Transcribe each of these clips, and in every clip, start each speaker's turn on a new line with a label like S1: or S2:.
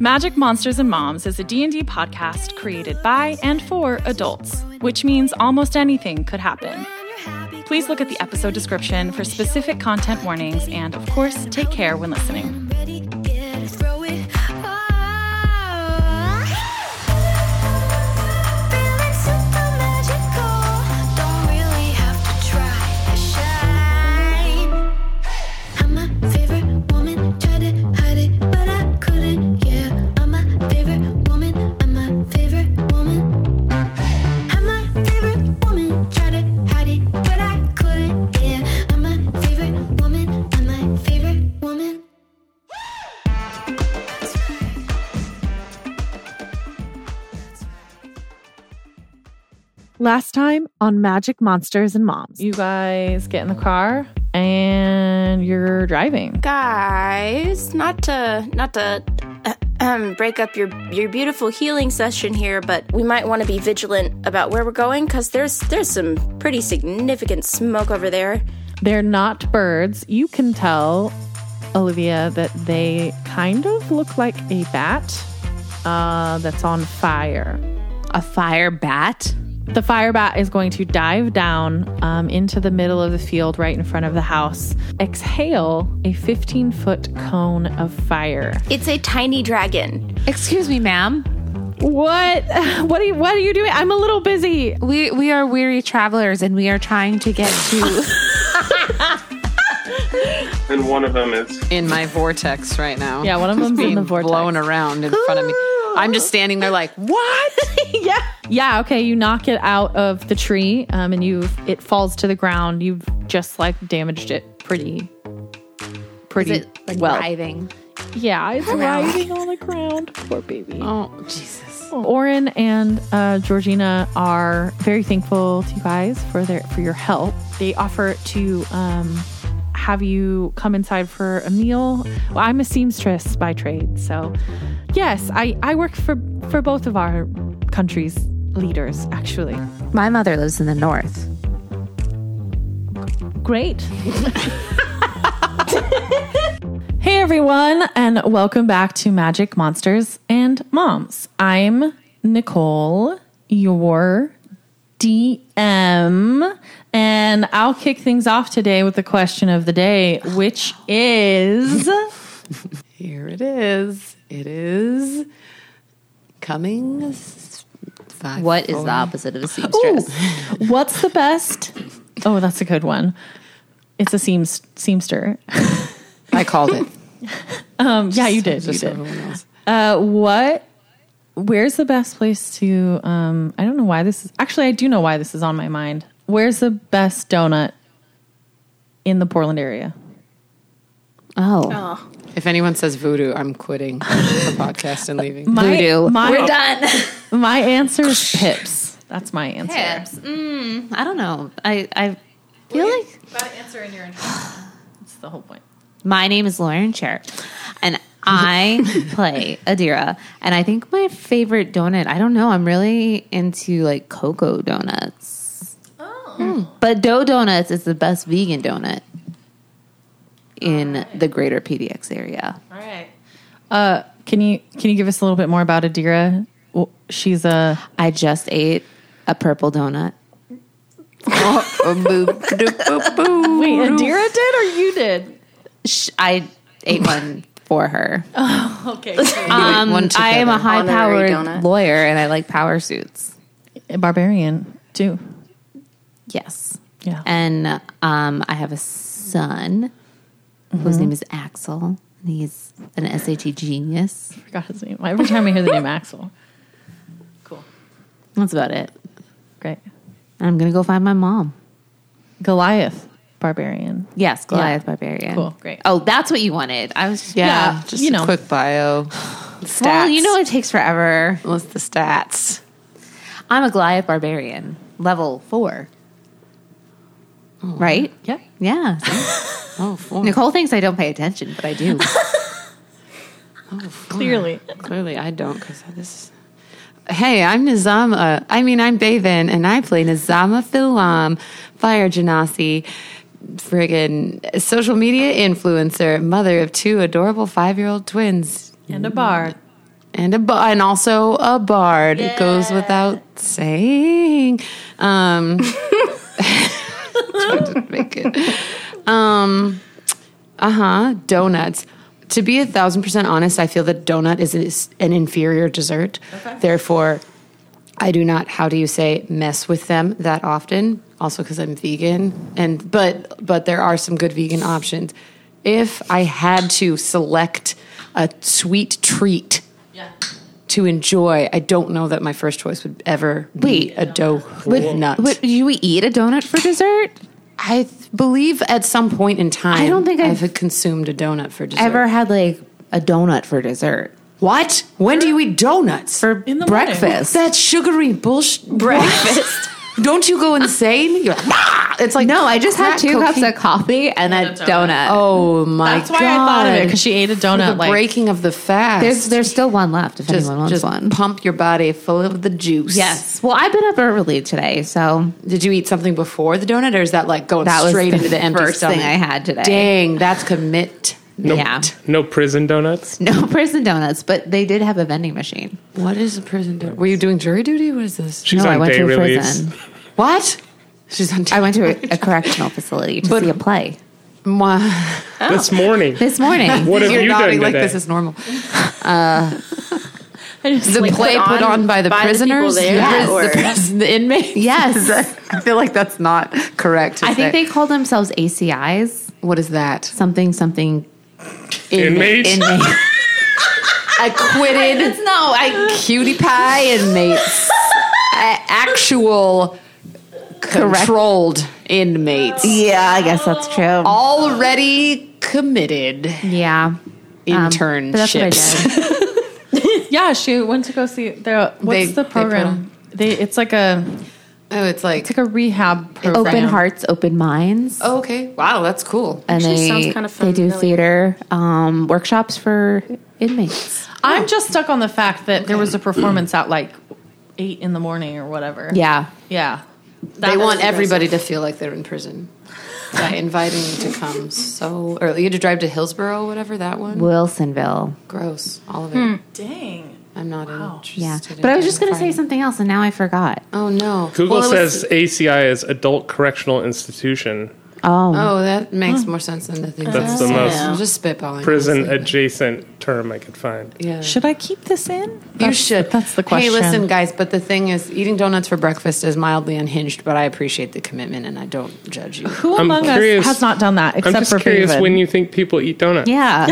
S1: Magic Monsters and Moms is a D&D podcast created by and for adults, which means almost anything could happen. Please look at the episode description for specific content warnings and of course, take care when listening.
S2: Last time on Magic Monsters and Moms.
S1: You guys get in the car and you're driving.
S3: guys not to not to uh, um, break up your your beautiful healing session here but we might want to be vigilant about where we're going because there's there's some pretty significant smoke over there
S2: They're not birds. You can tell, Olivia, that they kind of look like a bat uh, that's on fire.
S4: A fire bat?
S2: The fire bat is going to dive down um, into the middle of the field right in front of the house, exhale a 15 foot cone of fire.
S3: it's a tiny dragon
S4: Excuse me, ma'am.
S2: What? What are you, what are you doing? I'm a little busy.
S4: We we are weary travelers and we are trying to get to
S5: And one of them is
S6: in my vortex right now.
S2: Yeah, one of them's in
S6: being
S2: the vortex.
S6: blown around in front of me. I'm just standing there like, what?
S2: yeah. Yeah. Okay. You knock it out of the tree, um, and you it falls to the ground. You've just like damaged it pretty, pretty well.
S4: driving.
S2: Yeah, it's writhing on the ground. Poor baby.
S6: Oh Jesus!
S2: Oren and uh, Georgina are very thankful to you guys for their for your help. They offer to um, have you come inside for a meal. Well, I'm a seamstress by trade, so yes, I, I work for for both of our country's leaders actually.
S4: My mother lives in the north.
S2: Great. hey everyone, and welcome back to Magic Monsters and Moms. I'm Nicole, your DM, and I'll kick things off today with the question of the day, which is
S6: Here it is. It is coming. s- Five,
S4: What is the opposite of a seamstress?
S2: what's the best? Oh, that's a good one. It's a seam seamster.
S6: I called it.
S2: Um, yeah, you did. You
S6: Just
S2: did.
S6: everyone else.
S2: Uh, what? Where's the best place to? Um, I don't know why this is. Actually, I do know why this is on my mind. Where's the best donut in the Portland area?
S4: Oh.
S6: If anyone says voodoo, I'm quitting the podcast and leaving.
S4: Oh,
S2: My,
S4: Voodoo.
S2: My,
S4: We're done.
S2: my answer is Pips. That's my answer.
S4: Mm, I don't know. I, I feel like
S2: answer in your That's the whole point.
S4: My name is Lauren Cher, and I play Adira. And I think my favorite donut, I don't know, I'm really into like cocoa donuts. Oh. But dough donuts is the best vegan donut in the greater PDX area.
S2: All right. Uh, can you can you give us a little bit more about Adira? Well, she's a
S4: I just ate a purple donut.
S2: wait. Adira did or you did?
S4: Sh- I ate one for her.
S2: Okay.
S4: Um,
S6: one
S4: I am
S6: together.
S4: a high
S3: donut.
S4: powered lawyer and I like power suits.
S2: Barbarian too.
S4: Yes.
S2: Yeah.
S4: And um, I have a son whose name is Axel. and He's an SAT genius.
S2: forgot his name. Every time I hear the name Axel,
S4: That's about it.
S2: great.
S4: And I'm going to go find my mom.
S2: Goliath, barbarian.
S4: Yes, Goliath Barbarian.
S2: Cool, great.
S4: Oh, that's what you wanted. I was, yeah.
S2: Yeah,
S6: just
S2: you
S6: a
S2: know.
S6: quick bio. Stats.
S4: Well, you know, it takes forever.
S6: what's the stats?
S4: I'm a Goliath Barbarian, level four. Right?
S2: Yeah.
S4: Yeah.
S6: Oh, four.
S4: Nicole thinks I don't pay attention, but I do.
S2: Clearly.
S6: Clearly, I don't because this. Hey, I'm Nizama. I mean, I'm Bathan, and I play Nizama Philam, Fire Genasi, friggin' social media influencer, mother of two adorable five year old twins,
S2: And a bard.
S6: and a ba- and also a bard. It goes without saying. Um, tried to make it. Um, uh huh. Donuts. To be a thousand percent honest, I feel that donut is, is an inferior dessert. Therefore, I do not. How do you say mess with them that often? Also, because I'm vegan, and but but there are some good vegan options. If I had to select a sweet treat to enjoy, I don't know that my first choice would ever be
S4: Wait.
S6: a dough nut.
S4: What, do we eat a donut for dessert?
S6: I th- believe at some point in time,
S4: I don't think
S6: I've,
S4: I've
S6: consumed a donut for dessert.
S4: Ever had like a donut for dessert
S6: What? When do you eat donuts?
S4: for
S2: In the morning.
S4: breakfast?
S6: that sugary bullshit.
S3: Breakfast.
S6: don't you go insane? You're like, "Ah!" It's like
S4: No, Oh, I just had
S6: crack
S4: two cups
S6: cocaine.
S4: of coffee and a
S2: a donut.
S4: donut.
S6: Oh my
S2: That's why I thought of it
S6: God.
S2: because she ate a
S6: the
S2: donut. Like
S6: breaking of the fast.
S4: There's there's still one left if
S6: just,
S4: anyone wants
S6: just
S4: one.
S6: pump your body full of the juice.
S4: Yes. Well, I've been up early today, so
S6: Did you eat something before the donut, or is that like going
S4: That was
S6: straight
S4: the
S6: into the empty
S4: first thing
S6: stomach?
S4: I had today.
S6: Dang, that's commit.
S4: yeah.
S5: No prison donuts.
S4: No prison donuts, but they did have a vending machine.
S6: What is a prison donut? Were you doing jury duty? What is this?
S5: She's
S4: no,
S5: on
S4: I went
S5: day
S4: to a
S5: release.
S4: prison.
S6: What? She's on.
S4: I went to a, a correctional facility to
S6: But-
S4: see a play
S6: Mwah.
S5: This morning.
S4: this morning.
S5: what have
S6: You're
S5: you done
S6: nodding
S5: today?
S6: like this is normal.
S2: I just,
S6: Uh, The
S2: like,
S6: play put
S3: put
S6: on,
S3: on
S6: by the
S3: by the people
S6: prisoners,
S3: there,
S6: Yes.
S3: or-
S6: the, pris- the inmates.
S4: yes,
S6: I feel like that's not correct. to
S4: I think
S6: say.
S4: they call themselves ACIs.
S6: What is that?
S4: Something something.
S5: Inmates.
S4: Inmate.
S6: Acquitted
S4: no, I
S6: cutie pie inmates. A- actual controlled inmates.
S4: yeah, I guess that's true.
S6: Already committed
S4: yeah, Um, but that's what I
S6: internships.
S4: did.
S2: yeah, she went to go see the what's
S6: They-
S2: the
S6: they put on-
S2: program? They, it's like a
S6: oh, it's like.
S2: it's like a rehab program.
S4: open hearts, open minds.
S6: Oh, okay. Wow, that's cool.
S4: and
S3: Actually
S4: they,
S3: sounds kinda
S4: they do
S3: familiar.
S4: theater um, workshops for inmates.
S6: Oh.
S2: I'm just stuck on the fact that there was a performance at like eight in the morning or whatever.
S4: Yeah.
S2: yeah.
S6: they want everybody to feel like they're in prison by inviting you to come so early. You had to drive to Hillsboro, whatever that one.
S4: Wilsonville.
S6: Gross, all of it.
S4: Hmm.
S2: Dang.
S6: I'm not
S4: Yeah.
S6: interested. in
S4: But I was just going to say
S6: identifying.
S4: something else and now I forgot.
S6: Oh no!
S5: Google
S6: Well, it was-
S5: says ACI is Adult Correctional Institution.
S4: Oh,
S6: Oh, that makes more sense than the thing.
S5: That's
S6: that
S5: the
S6: I said.
S5: most
S6: I'm just spitballing.
S5: Prison
S6: honestly.
S5: adjacent term I could find.
S6: Yeah.
S2: Should I keep this in?
S6: you
S2: That's-
S6: should.
S2: That's the
S6: Hey,
S2: question.
S6: listen, guys. But the thing is, eating donuts for breakfast is mildly unhinged. But I appreciate the commitment, and I don't judge you.
S2: Who
S5: I'm
S2: among
S5: curious-
S2: us has not done that
S5: I'm
S2: except
S5: just
S2: for
S5: curious
S2: Faven?
S5: when you think people eat donuts.
S4: yeah.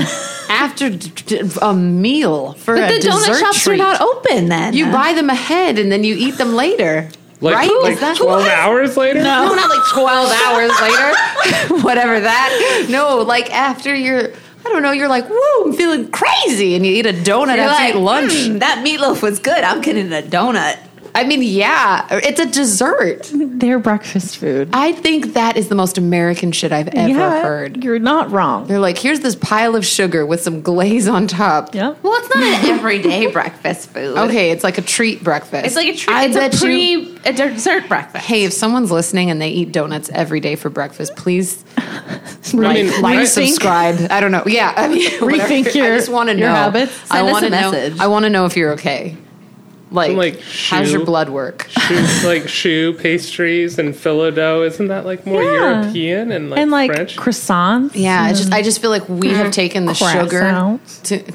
S6: After d- d- a meal for
S4: but
S6: a
S4: the donut
S6: dessert
S4: shops
S6: treat,
S4: are not open then.
S6: you buy them ahead and then you eat them later.
S5: Like,
S6: right?
S5: like
S6: Is that-
S5: 12 hours later?
S6: No, not like 12 hours later, whatever that. No, like after you're, I don't know, you're like, woo, I'm feeling crazy. And you eat a donut
S4: You're
S6: after
S4: like,
S6: you eat lunch.
S4: "Hmm, that meatloaf was good. I'm getting a donut.
S6: I mean, yeah, it's a dessert.
S2: Their breakfast food.
S6: I think that is the most American shit I've ever heard.
S2: You're not wrong.
S6: They're like, here's this pile of sugar with some glaze on top.
S2: Yeah.
S4: Well, it's not an everyday breakfast food.
S6: Okay, it's like a treat breakfast.
S4: It's like a treat.
S6: I
S4: it's
S6: bet
S4: a
S6: you-
S4: pre a dessert breakfast.
S6: Hey, if someone's listening and they eat donuts every day for breakfast, please
S5: I mean,
S6: like
S5: I-
S6: subscribe. I don't know. Yeah, I mean, whatever.
S2: Rethink your-
S6: I just want to know.
S2: your habits.
S6: I
S4: Send us
S6: want to
S4: a
S6: know.
S4: message.
S6: I want to know if you're okay. Like,
S5: Like,
S6: how's your
S5: shoe-
S6: blood work?
S5: shoe, like shoe pastries and phyllo dough. Isn't that like more
S2: Yeah.
S5: European and like,
S2: and like
S5: French?
S2: croissants.
S6: Yeah, I just I just feel like we have taken the sugar
S2: Mm. Croissant.
S6: to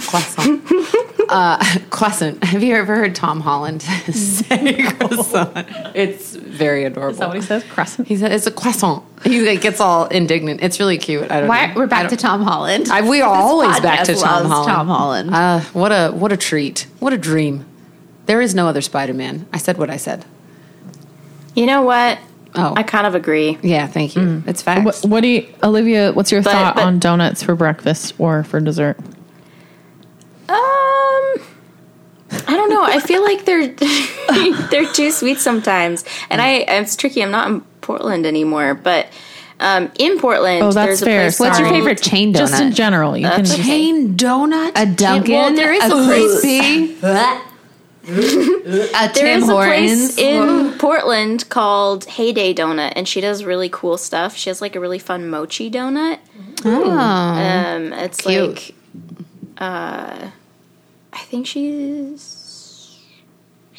S6: croissant. uh, croissant. Have you ever heard Tom Holland say croissant? It's very adorable.
S2: Is that what he says? Crescent.
S6: He said it's a croissant. He like, gets all indignant. It's really cute. I don't
S4: Why,
S6: know.
S4: we're
S6: I
S4: back to
S6: don't-
S4: Tom Holland.
S6: I, we are always back to
S4: podcast
S6: Tom
S4: loves
S6: Holland.
S4: Tom Holland.
S6: Uh, what a what a treat. What a dream. There is no other Spider-Man. I said what I said.
S3: you know what?
S6: Oh,
S3: I kind of agree. Um,
S6: yeah. Thank you. It's facts.
S2: What, what do you, Olivia? What's your
S3: But-
S2: thought
S3: but-
S2: on donuts for breakfast or for dessert?
S3: Um, I don't know. I feel like they're they're too sweet sometimes, and I it's tricky. I'm not in Portland anymore, but um, in Portland,
S2: Oh, that's
S3: there's a
S2: fair.
S3: place.
S2: What's your
S3: called-
S4: favorite chain donut?
S2: Just in general, you can.
S6: Chain donut.
S4: a Dunkin',
S3: Well, there is a
S4: crispy, a
S3: There
S4: Tim
S3: is a
S4: Hortons.
S3: place in Portland called Heyday Donut, and she does really cool stuff. She has like a really fun mochi donut.
S4: Oh.
S3: Um, it's
S6: Cute.
S3: like, uh, I think she's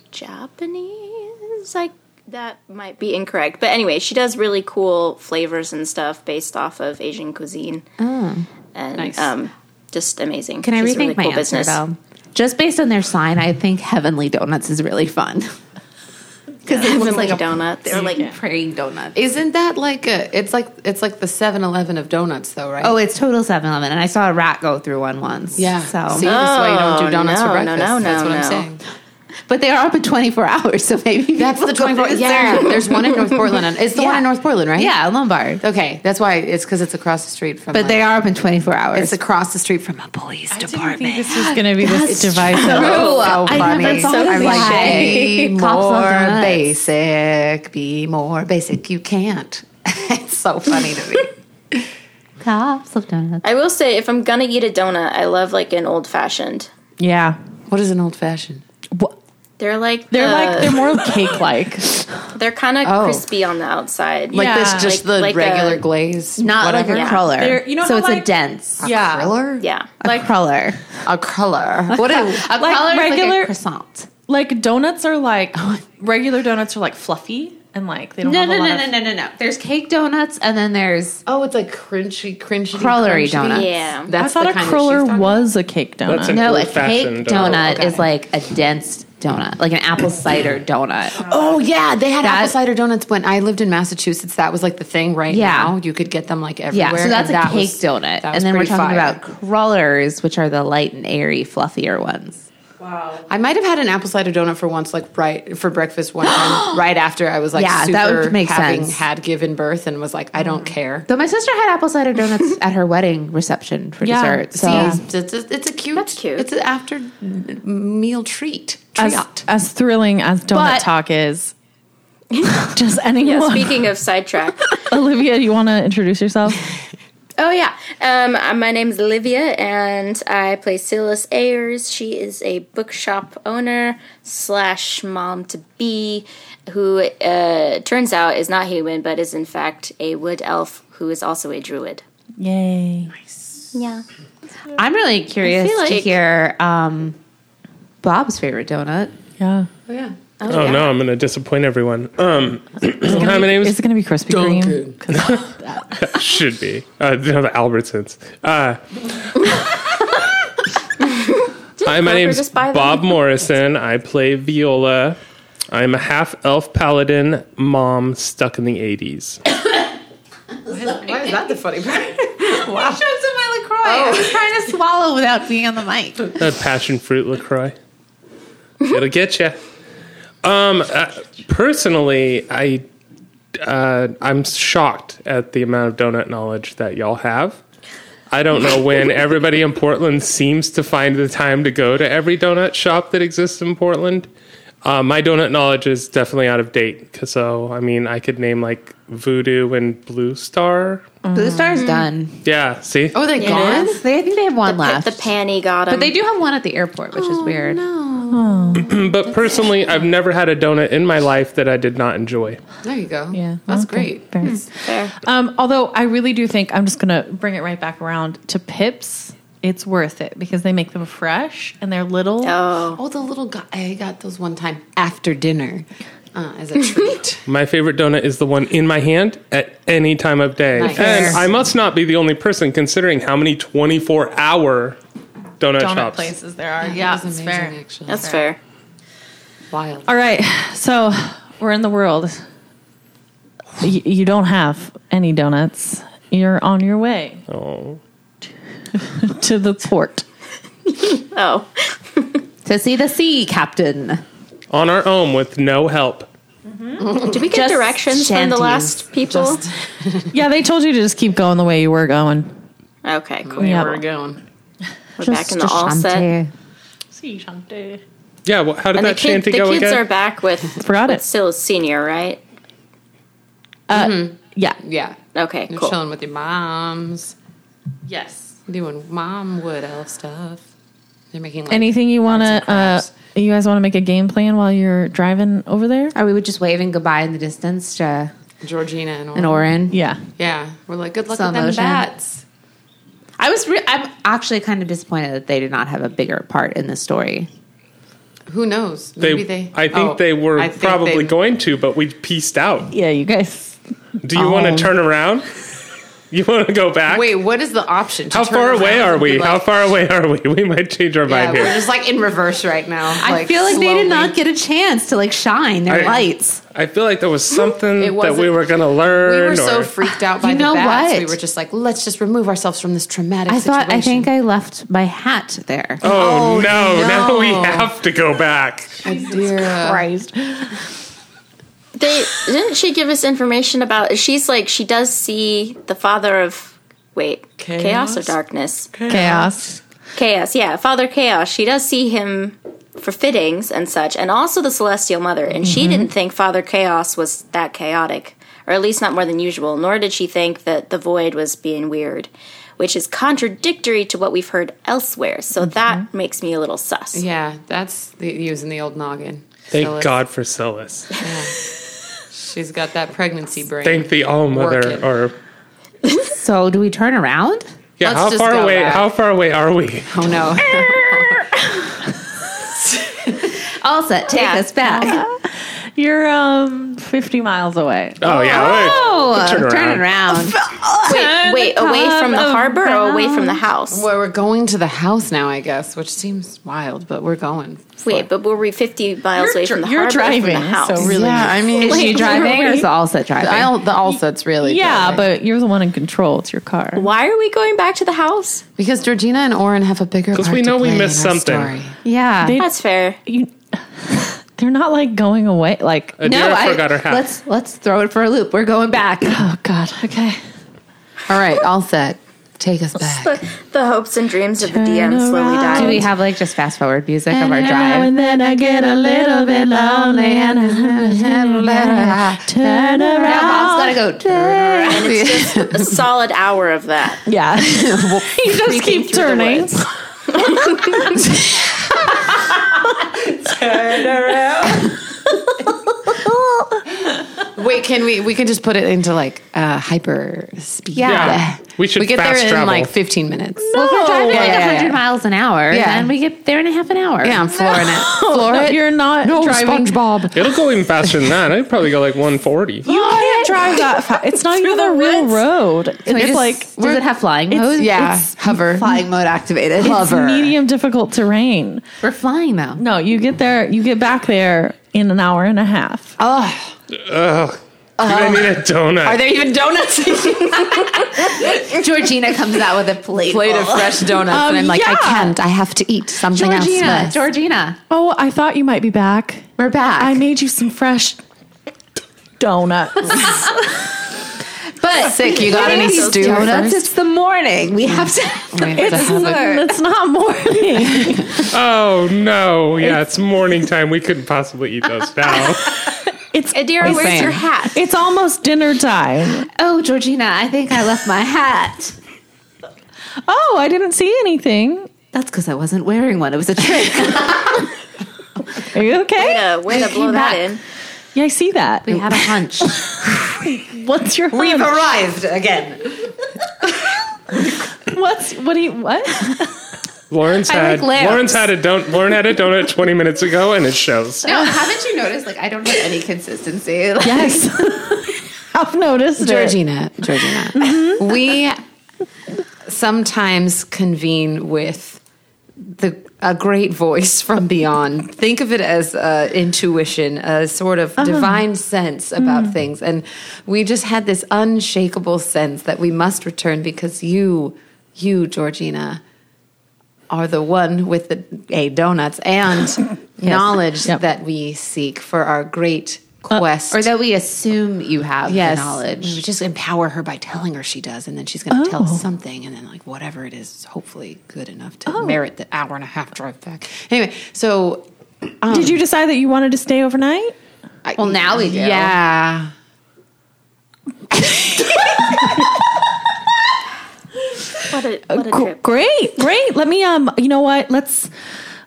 S3: Japanese. Like that might be incorrect, but anyway, she does really cool flavors and stuff based off of Asian cuisine. and um, just amazing.
S4: Oh. Can I
S3: She's
S4: rethink
S3: a really
S4: my
S3: cool
S4: answer
S3: business.
S4: though? Just based on their sign, I think Heavenly Donuts is really fun. Because it looks
S3: Heavenly
S4: like a
S3: donuts.
S4: They're like praying donuts.
S6: Isn't that like a? It's like it's like the 7-Eleven of donuts, though, right?
S4: Oh, it's total 7 Eleven. And I saw a rat go through one once.
S6: yeah.
S4: So.
S6: See, that's why you don't do donuts
S3: Oh,
S6: for
S3: no, no, no,
S6: breakfast. that's what I'm
S3: no.
S6: saying.
S4: But they are open 24 hours. So maybe.
S6: That's
S4: people
S6: the
S4: go
S6: 24.
S4: there.
S6: Yeah, there's one in North Portland. and- It's the one
S4: Yeah.
S6: in North Portland, right?
S4: Yeah, Lombard.
S6: Okay, that's why it's because it's across the street from.
S4: But
S6: like-
S4: they are open 24 hours.
S6: It's across the street from a police
S2: I think
S6: department.
S2: this is going to be this divisive.
S6: So
S4: I know, that's all
S6: I'm
S4: they
S6: like,
S4: say.
S6: be
S4: Cops love
S6: more
S4: donuts.
S6: basic. Be more basic. You can't. it's so funny to me.
S4: Cops love donuts.
S3: I will say, if I'm gonna eat a donut, I love like an old fashioned.
S2: yeah.
S6: What is an old fashioned?
S3: They're like
S2: They're
S3: the-
S4: Uh.
S2: like they're more cake like.
S3: they're kind of
S6: Oh.
S3: crispy on the outside.
S6: Like
S2: Yeah,
S6: this, just
S3: like-
S6: the
S3: like
S6: regular
S3: a-
S6: glaze,
S4: Not
S6: whatever.
S4: like a
S3: Yeah.
S4: cruller.
S2: They're- you know
S4: so
S2: how,
S4: it's
S2: like-
S4: a dense.
S2: yeah.
S6: Cruller?
S3: yeah,
S4: A
S3: like
S4: cruller.
S6: a cruller. What is
S4: A
S2: Like
S4: cruller is like
S2: regular-
S4: a croissant.
S2: Like donuts are like regular donuts are like fluffy and like they don't
S4: No,
S2: have
S4: no,
S2: a lot
S4: no,
S2: of
S4: no, no, no, no. There's cake donuts and then there's
S6: Oh, it's like crunchy, crunchy,
S4: Crullery
S6: crunchy.
S4: donuts.
S3: yeah.
S2: I
S6: That's
S2: thought
S6: the
S2: a
S6: kind that she's talking
S2: cruller
S6: about.
S2: was a cake donut.
S5: That's a-
S4: No, a
S5: Old-fashioned
S4: cake
S5: donut.
S4: donut
S6: Oh, okay.
S4: is like a dense donut, like an apple cider donut.
S6: Oh yeah, they had
S4: That-
S6: apple cider donuts when I lived in Massachusetts. That was like the thing right
S4: Yeah.
S6: now. You could get them like everywhere.
S4: Yeah, so that's a
S6: and that
S4: cake
S6: was-
S4: donut.
S6: that was
S4: And then we're
S6: pretty
S4: talking
S6: fire.
S4: about crullers, which are the light and airy, fluffier ones.
S6: I might have had an apple cider donut for once, like right for breakfast one time, right after I was like,
S4: Yeah,
S6: super
S4: that would make
S6: having
S4: sense.
S6: had given birth and was like, I don't care.
S4: Though my sister had apple cider donuts at her wedding reception for
S2: Yeah,
S4: dessert. So
S2: see?
S6: It's, it's, a- it's a cute.
S3: That's cute.
S6: It's an after meal treat.
S2: as,
S6: Treat.
S2: as thrilling as donut
S4: But-
S2: talk is. Just anyone.
S3: Yeah, speaking of sidetrack,
S2: Olivia, do you want to introduce yourself?
S3: oh yeah, um, uh, my name's Olivia, and I play Silas Ayers. She is a bookshop owner slash mom to be, who uh, turns out is not human, but is in fact a wood elf who is also a druid.
S2: Yay.
S3: Yeah,
S4: I'm really curious
S3: feel
S4: to
S3: like-
S4: hear um, Bob's favorite donut.
S2: Yeah.
S6: Oh, yeah.
S5: Oh no, I'm gonna disappoint everyone. Um, hi, my name
S2: Is
S5: is
S2: it going to be Krispy Kreme?
S5: should be uh, no, the Albertsons. Uh, hi, my
S3: Kroger
S5: name's
S3: just buy them?
S5: Bob Morrison. I play viola. I'm a half elf paladin mom stuck in the 80s.
S6: Why is that the funny part?
S4: I showed some my LaCroix.
S2: Oh.
S4: I was trying to swallow without being on the mic.
S5: That passion fruit LaCroix. It'll get you. Um, uh, personally, I uh, I'm shocked at the amount of donut knowledge that y'all have. I don't know when everybody in Portland seems to find the time to go to every donut shop that exists in Portland. Uh, my donut knowledge is definitely out of date. 'cause So, I mean, I could name like Voodoo and Blue Star.
S4: Blue Star's done.
S5: Yeah, see?
S6: Oh, they gone?
S4: Mm. They, I think they have one left. Oh,
S3: the panny got him.
S4: but they do have one at the airport, which is weird.
S5: But personally, I've never had a donut in my life that I did not enjoy.
S6: There you go.
S2: Yeah.
S6: That's
S2: Okay.
S6: great.
S4: Hmm,
S2: Thanks.
S3: Fair.
S2: Um, although I really do think I'm just going to bring it right back around to Pips. It's worth it because they make them fresh and they're little.
S3: Oh,
S6: Oh, the little guy. I got those one time after dinner uh, as a treat.
S5: My favorite donut is the one in my hand at any time of day.
S6: Nice.
S5: And I must not be the only person considering how many 24 hour donut,
S2: donut
S5: shops.
S2: places there are. Yeah,
S6: That was
S2: it's
S6: amazing,
S2: fair.
S6: Actually.
S3: that's fair.
S6: wild.
S2: All right. So we're in the world. You, you don't have any donuts. You're on your way
S5: Oh.
S2: to the port.
S3: Oh,
S4: To see the sea, Captain.
S5: On our own with no help.
S3: did we get
S4: Just
S3: directions from the
S4: shanties.
S3: last people?
S2: Yeah, they told you to just keep going the way you were going.
S3: okay, cool.
S2: Yeah.
S6: We're going.
S3: We're back in the all set.
S2: See, Shante.
S5: Yeah, well, how did
S3: And the,
S5: that
S3: kid,
S5: shanty
S3: the
S5: go
S3: kids
S5: again?
S3: are back with
S2: Forgot
S3: with
S2: it.
S3: Still senior, right?
S2: Uh, Yeah.
S6: Yeah.
S3: Okay,
S6: You're
S3: cool.
S6: chilling with your moms,
S2: Yes.
S6: doing mom wood elf stuff. They're making like
S2: Anything you want
S6: arts
S2: to,
S6: and
S2: uh,
S6: crafts.
S2: you guys want to make a game plan while you're driving over there?
S4: Or we would just waving goodbye in the distance to
S6: Georgina and, Orin.
S4: an Orin.
S2: Yeah.
S6: Yeah, we're like good luck
S4: Slow
S6: with them
S4: motion.
S6: bats.
S4: I was re- I'm actually kind of disappointed that they did not have a bigger part in the story.
S6: Who knows?
S5: They,
S6: Maybe they.
S5: I think
S6: oh,
S5: they were
S6: I think
S5: probably
S6: they-
S5: going to, but we pieced out.
S2: Yeah, you guys.
S5: Do you want to turn around? You want to go back?
S6: Oh. Wait, what is the option? To
S5: How
S6: turn
S5: far away
S6: around
S5: are
S6: and
S5: we?
S6: be
S5: How
S6: like-
S5: far away are we? We might change our
S6: Yeah,
S5: mind
S6: we're
S5: here.
S6: just like in reverse right now.
S4: I feel like they
S6: slowly.
S4: did not get a chance to like shine their
S5: I-
S4: lights.
S5: I feel like there was something
S6: It
S5: that we
S6: wasn't-
S5: were going to learn.
S6: We were so
S5: or-
S6: freaked out by
S4: You know
S6: the bats.
S4: what?
S6: We were just like, let's just remove ourselves from this traumatic.
S4: I
S6: situation.
S4: thought I think I left my hat there.
S5: Oh,
S6: Oh,
S5: no, Now
S6: no.
S5: we have to go back.
S6: Adira.
S2: Christ.
S3: They didn't she give us information about? She's like she does see the father of wait chaos, or darkness
S2: Chaos.
S3: chaos. Yeah, father chaos. She does see him for fittings and such, and also the celestial mother. And she didn't think father chaos was that chaotic, or at least not more than usual. Nor did she think that the void was being weird, which is contradictory to what we've heard elsewhere. So that makes me a little sus.
S6: Yeah, that's the, using the old noggin.
S5: Thank
S6: Phyllis.
S5: God for Silas.
S6: she's got that pregnancy brain.
S5: Thank the All Mother.
S6: it.
S5: Or
S4: So do we turn around?
S5: yeah,
S6: Let's
S5: how
S6: just
S5: far
S6: go
S5: away?
S6: back.
S5: How far away are we?
S6: oh no,
S4: Elsa, take
S3: Yeah.
S4: us back.
S2: You're um 50 miles away.
S5: Oh yeah,
S4: Oh,
S5: we'll- we'll
S4: turn around.
S3: Wait, wait, away from the harbor or away from the house?
S6: well, we're going to the house now, I guess, which seems wild, but we're going.
S3: Wait, but were we 50 miles away from the
S2: you're
S3: harbor? or from
S2: driving,
S3: the house?
S2: so really-
S6: Yeah, I mean,
S4: Is she
S3: Wait,
S4: driving or
S3: wait.
S4: is the Elsa driving?
S6: I don't, the Allsuts really.
S2: Yeah,
S6: driving.
S2: but you're the one in control. It's your car.
S3: Why are we going back to the house?
S6: because Georgina and Oren have a bigger because
S5: we know we missed something.
S4: yeah.
S2: They-
S3: That's fair.
S2: You, Uh, they're not like going away. Like,
S5: Adira forgot her hat.
S4: Let's let's throw it for a loop. We're going back.
S2: oh God, okay.
S6: All right, all set. Take us back.
S3: The, the hopes and dreams of the DM slowly
S2: around.
S4: Do
S3: die.
S4: we have like just fast forward music of our
S2: Now
S4: drive?
S2: and then I get a little bit lonely and I turn
S4: Now
S2: around.
S4: mom's gotta go.
S3: And it's just a solid hour of that.
S2: Yeah, you just keep turning.
S6: Wait, can we? We can just put it into like uh, hyper speed.
S5: Yeah. We should
S6: we get there
S5: fast
S6: in
S5: travel.
S6: like 15 minutes.
S4: Well, if we're driving
S6: Yeah,
S4: like
S6: yeah,
S4: 100
S6: yeah.
S4: miles an hour,
S6: Yeah.
S4: and we get there in a half an hour.
S6: Yeah, I'm flooring it. Floor it.
S2: You're not
S6: no
S2: driving.
S6: SpongeBob.
S5: It'll go even faster than that. I'd probably go like 140.
S2: You can't drive that fast. It's not even a real road.
S4: We
S2: It's
S4: just-
S2: like
S4: does it have flying mode?
S6: Yeah,
S4: It's
S6: hover.
S4: flying mode activated.
S2: it's medium difficult terrain.
S4: We're flying though.
S2: No, you get there. You get back there in an hour and a half.
S5: Ugh. Dude, I need a donut.
S6: Um, Are there even donuts?
S4: Georgina comes out with a plate.
S6: plate of fresh donuts, and I'm like,
S2: yeah.
S6: I can't. I have to eat something
S4: Um, Georgina,
S6: else. first.
S4: Georgina,
S2: Oh, I thought you might be back.
S4: we're back.
S2: I made you some fresh donuts.
S4: but
S6: Sick. You got any
S4: these
S6: stew
S4: donuts?
S6: first?
S4: It's the morning. We have to. Have them.
S2: it's, it's not morning.
S5: oh no, yeah, it's morning time. We couldn't possibly eat those now.
S2: It's
S3: Adira, where's
S6: saying.
S3: your hat?
S2: it's almost dinner time.
S4: Oh, Georgina, I think I left my hat.
S2: Oh, I didn't see anything.
S4: That's because I wasn't wearing one. It was a trick.
S2: Are you okay?
S3: Uh, way to blow that in.
S2: Yeah, I see that.
S4: we had a hunch.
S2: What's your We've
S4: arrived again.
S2: What's what do you what?
S5: Lawrence
S4: I
S5: had
S4: like lamps.
S5: Lawrence had a don- Lauren had a donut 20 minutes ago, and it shows.
S4: No, haven't you noticed? Like, I don't have any consistency. Like,
S2: Yes. I've noticed it.
S6: Georgina, Georgina, we sometimes convene with the a great voice from beyond. Think of it as uh, intuition, a sort of divine sense about things, and we just had this unshakable sense that we must return because you, you, Georgina. Are the one with the a donuts and knowledge
S2: Yep.
S6: that we seek for our great quest
S4: Or that we assume you have
S6: yes.
S4: the knowledge.
S6: We would just empower her by telling her she does, and then she's going to tell us something, and then like whatever it is, is hopefully good enough to merit the hour and a half drive back. Anyway, so
S2: Did you decide that you wanted to stay overnight?
S6: I-
S4: Well, now we do.
S6: Yeah.
S3: What a, what a
S2: Gr-
S3: trip.
S2: Great, great. Let me um you know what? Let's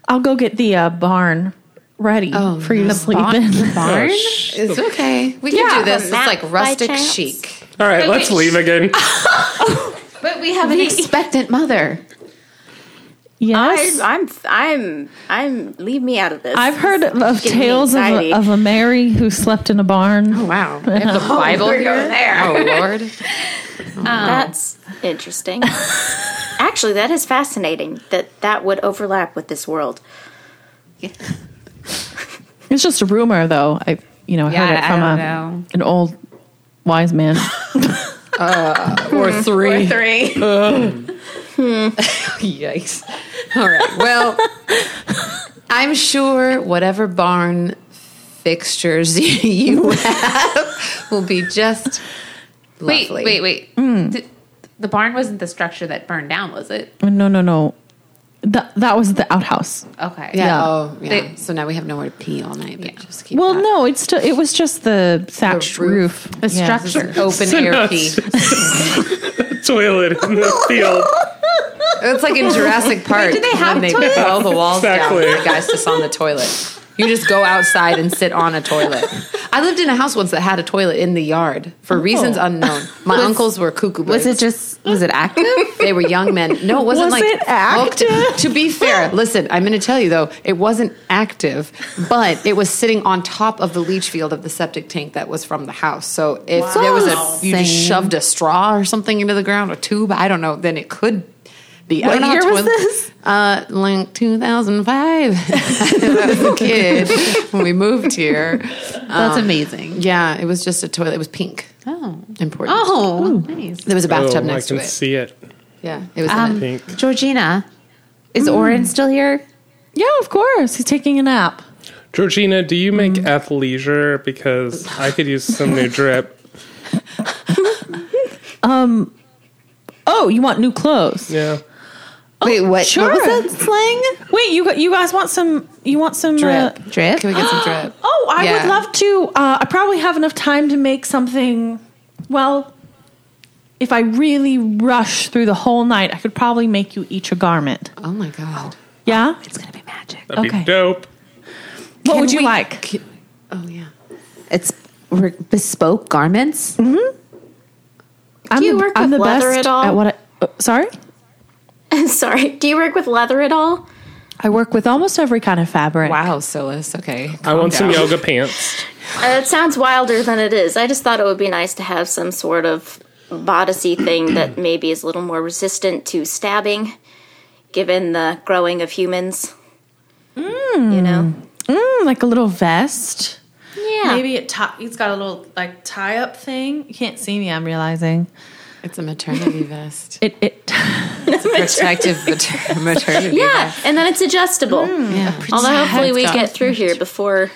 S2: I'll go get the uh, barn ready for you to sleep in.
S5: Barn? All
S6: It's okay. We
S2: Yeah.
S6: can do this. It's
S3: Map
S6: like
S3: by
S6: rustic
S3: chance.
S6: chic.
S5: right, let's leave again.
S6: But we have an expectant mother.
S7: Yes.
S3: I, I'm, I'm, I'm. Leave me out of this.
S7: I've heard of
S3: giving me
S7: tales of a,
S3: anxiety.
S7: of a Mary who slept in a barn.
S6: Wow. I have the Bible
S3: we're
S6: here.
S3: going there.
S6: Oh, Lord.
S3: That's interesting. Um, Actually, that is fascinating. That that would overlap with this world.
S7: It's just a rumor, though. I, you know, I heard
S4: Yeah,
S7: it
S4: I
S7: from
S4: don't
S7: a,
S4: know.
S7: an old wise man.
S6: Or three.
S3: Three.
S6: Yikes. All right. Well, I'm sure whatever barn fixtures you have will be just
S4: Wait,
S6: lovely.
S4: wait, wait. Th- the barn wasn't the structure that burned down, was it?
S7: no, no, no. That that was the outhouse.
S4: Okay.
S6: Yeah.
S7: Yeah.
S6: Oh, yeah.
S4: They-
S6: so now we have nowhere to pee all night. But just keep
S7: Well,
S6: that.
S7: no, it's still it was just the thatched roof.
S6: roof.
S7: The
S6: This is an open
S5: So
S6: air
S5: nuts.
S6: pee.
S5: Toilet in the field.
S6: It's like in Jurassic Park.
S4: do they have
S6: when they
S4: toilets?
S6: blow the walls
S5: Exactly.
S6: down? and The guys just on the toilet. You just go outside and sit on a toilet. I lived in a house once that had a toilet in the yard for
S5: Oh.
S6: reasons unknown. My uncles were cuckoo birds.
S4: Was it just? Was it active?
S6: They were young men. No, it wasn't
S7: Was
S6: like
S7: it active?
S6: looked- to be fair, listen, I'm going to tell you though, it wasn't active, but it was sitting on top of the leach field of the septic tank that was from the house. So if there was a you just shoved a straw or something into the ground, a tube, I don't know, then it could be. I
S7: What
S6: don't know how
S7: year was
S6: toilet-
S7: this?
S6: Uh, like 2005. I was a kid when we moved here.
S4: That's amazing.
S6: Yeah, it was just a toilet. It was pink.
S4: Oh.
S6: Important.
S4: Oh, nice.
S6: There was a bathtub
S5: oh, I
S6: next to
S5: can
S6: it.
S5: see it.
S6: Yeah, it was. in
S7: Um,
S6: it.
S5: Pink.
S4: Georgina, is Oren still here?
S7: Yeah, of course. He's taking a nap.
S5: Georgina, do you make athleisure? Because I could use some new drip.
S7: Oh, you want new clothes?
S5: Yeah.
S4: Wait, what?
S7: sure.
S4: What was that slang?
S7: Wait, you got you guys want some? You want some uh,
S6: Drip.
S4: Drip.
S6: Can we get some drip?
S7: oh, I
S6: Yeah.
S7: would love to. Uh, I probably have enough time to make something. Well, if I really rush through the whole night, I could probably make you each a garment.
S6: Oh my god.
S7: Yeah.
S4: It's gonna be magic.
S5: That'd
S7: Okay.
S5: be dope.
S7: What
S6: Can
S7: would you
S6: we-
S7: like?
S6: Ki- Oh yeah.
S4: It's re- bespoke garments.
S7: I'm
S3: Do you work with leather at all?
S7: what I, uh, sorry,
S3: Sorry. Do you work with leather at all?
S7: I work with almost every kind of fabric.
S6: Wow, Silas. Okay.
S5: I want some
S6: down.
S5: yoga pants.
S3: Uh, it sounds wilder than it is. I just thought it would be nice to have some sort of bodicey thing that maybe is a little more resistant to stabbing, given the growing of humans. You know,
S7: Mm, like a little vest.
S3: yeah,
S7: Maybe it tie, it's got a little like tie up thing. You can't see me. I'm realizing
S6: It's a maternity vest.
S7: it. It.
S6: Protective mater- maternity.
S3: yeah, and then it's adjustable.
S6: Yeah.
S3: Although hopefully we
S7: God.
S3: get through here before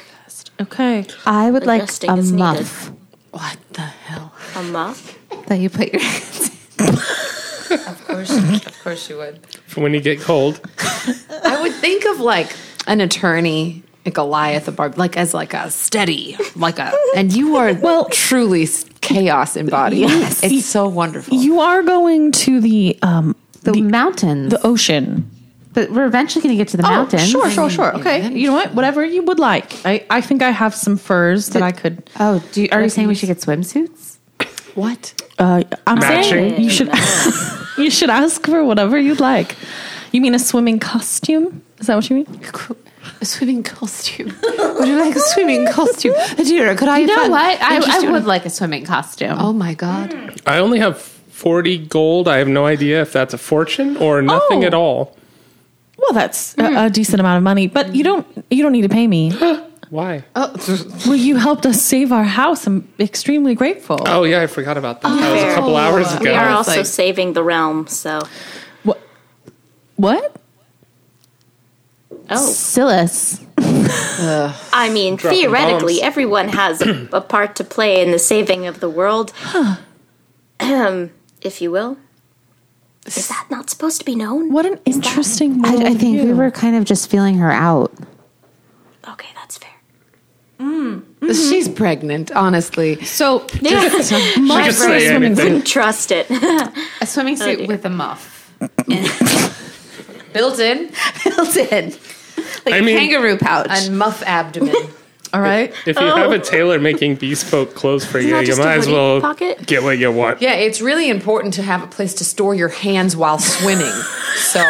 S7: okay.
S4: I would like
S3: Adjusting
S4: a
S3: is needed.
S4: muff
S6: What the hell?
S3: a month.
S4: that you put your hands. in.
S6: Of course, of course you would.
S5: For when you get cold.
S6: I would think of like an attorney, a Goliath, a barb, like as like a steady, like a. And you are well truly s- chaos embodied. Yes. It's so wonderful.
S7: You are going to the um
S4: The, Oh. mountains.
S7: the ocean.
S4: but we're eventually gonna get to the mountains.
S7: sure, sure, sure. Okay. You know what? Whatever you would like. I I think I have some furs that I could.
S6: Uh,
S4: Oh, do you, are you saying we should get swimsuits?
S6: what?
S7: Uh, I'm saying
S5: Matching.
S7: you should you should ask for whatever you'd like. You mean a swimming costume? Is that what you mean?
S6: A swimming costume. Would you like a swimming costume? Adira, could I?
S4: You know
S6: find-
S4: what? I,
S6: Interesting.
S4: I would like a swimming costume.
S6: Oh my god.
S5: I only have 40 gold. I have no idea if that's a fortune or nothing
S7: Oh.
S5: at all.
S7: Well, that's
S2: Mm.
S7: a, a decent amount of money, but you don't you don't need to pay me.
S5: Why?
S7: Well, you helped us save our house. I'm extremely grateful.
S5: Oh, yeah, I forgot about that. that was a
S3: Fair.
S5: couple hours
S3: We
S5: ago.
S3: are
S6: it's
S3: also
S6: like-
S3: saving the realm, so
S7: What? What?
S3: oh,
S4: Silas.
S3: I mean,
S5: Dropping
S3: theoretically,
S5: bombs.
S3: everyone has a, a part to play in the saving of the world, Ahem, if you will. Is that not supposed to be known?
S7: What an interesting.
S4: I, I think we
S7: worldview.
S4: were kind of just feeling her out.
S3: Okay, that's fair.
S6: She's pregnant, honestly.
S7: so.
S5: I
S7: My
S5: could say anything.
S3: Trust it.
S4: A swimming suit
S3: dear.
S4: with a muff.
S6: Built in
S4: Built in. Like
S5: I mean-
S4: pouch.
S6: and muff abdomen.
S2: All right.
S5: If you have a tailor making bespoke clothes for you,
S3: not
S5: you
S3: just a
S5: might as
S3: hoodie
S5: well
S3: pocket?
S5: get what you want.
S7: Yeah, it's really important to have a place to store your hands while swimming. so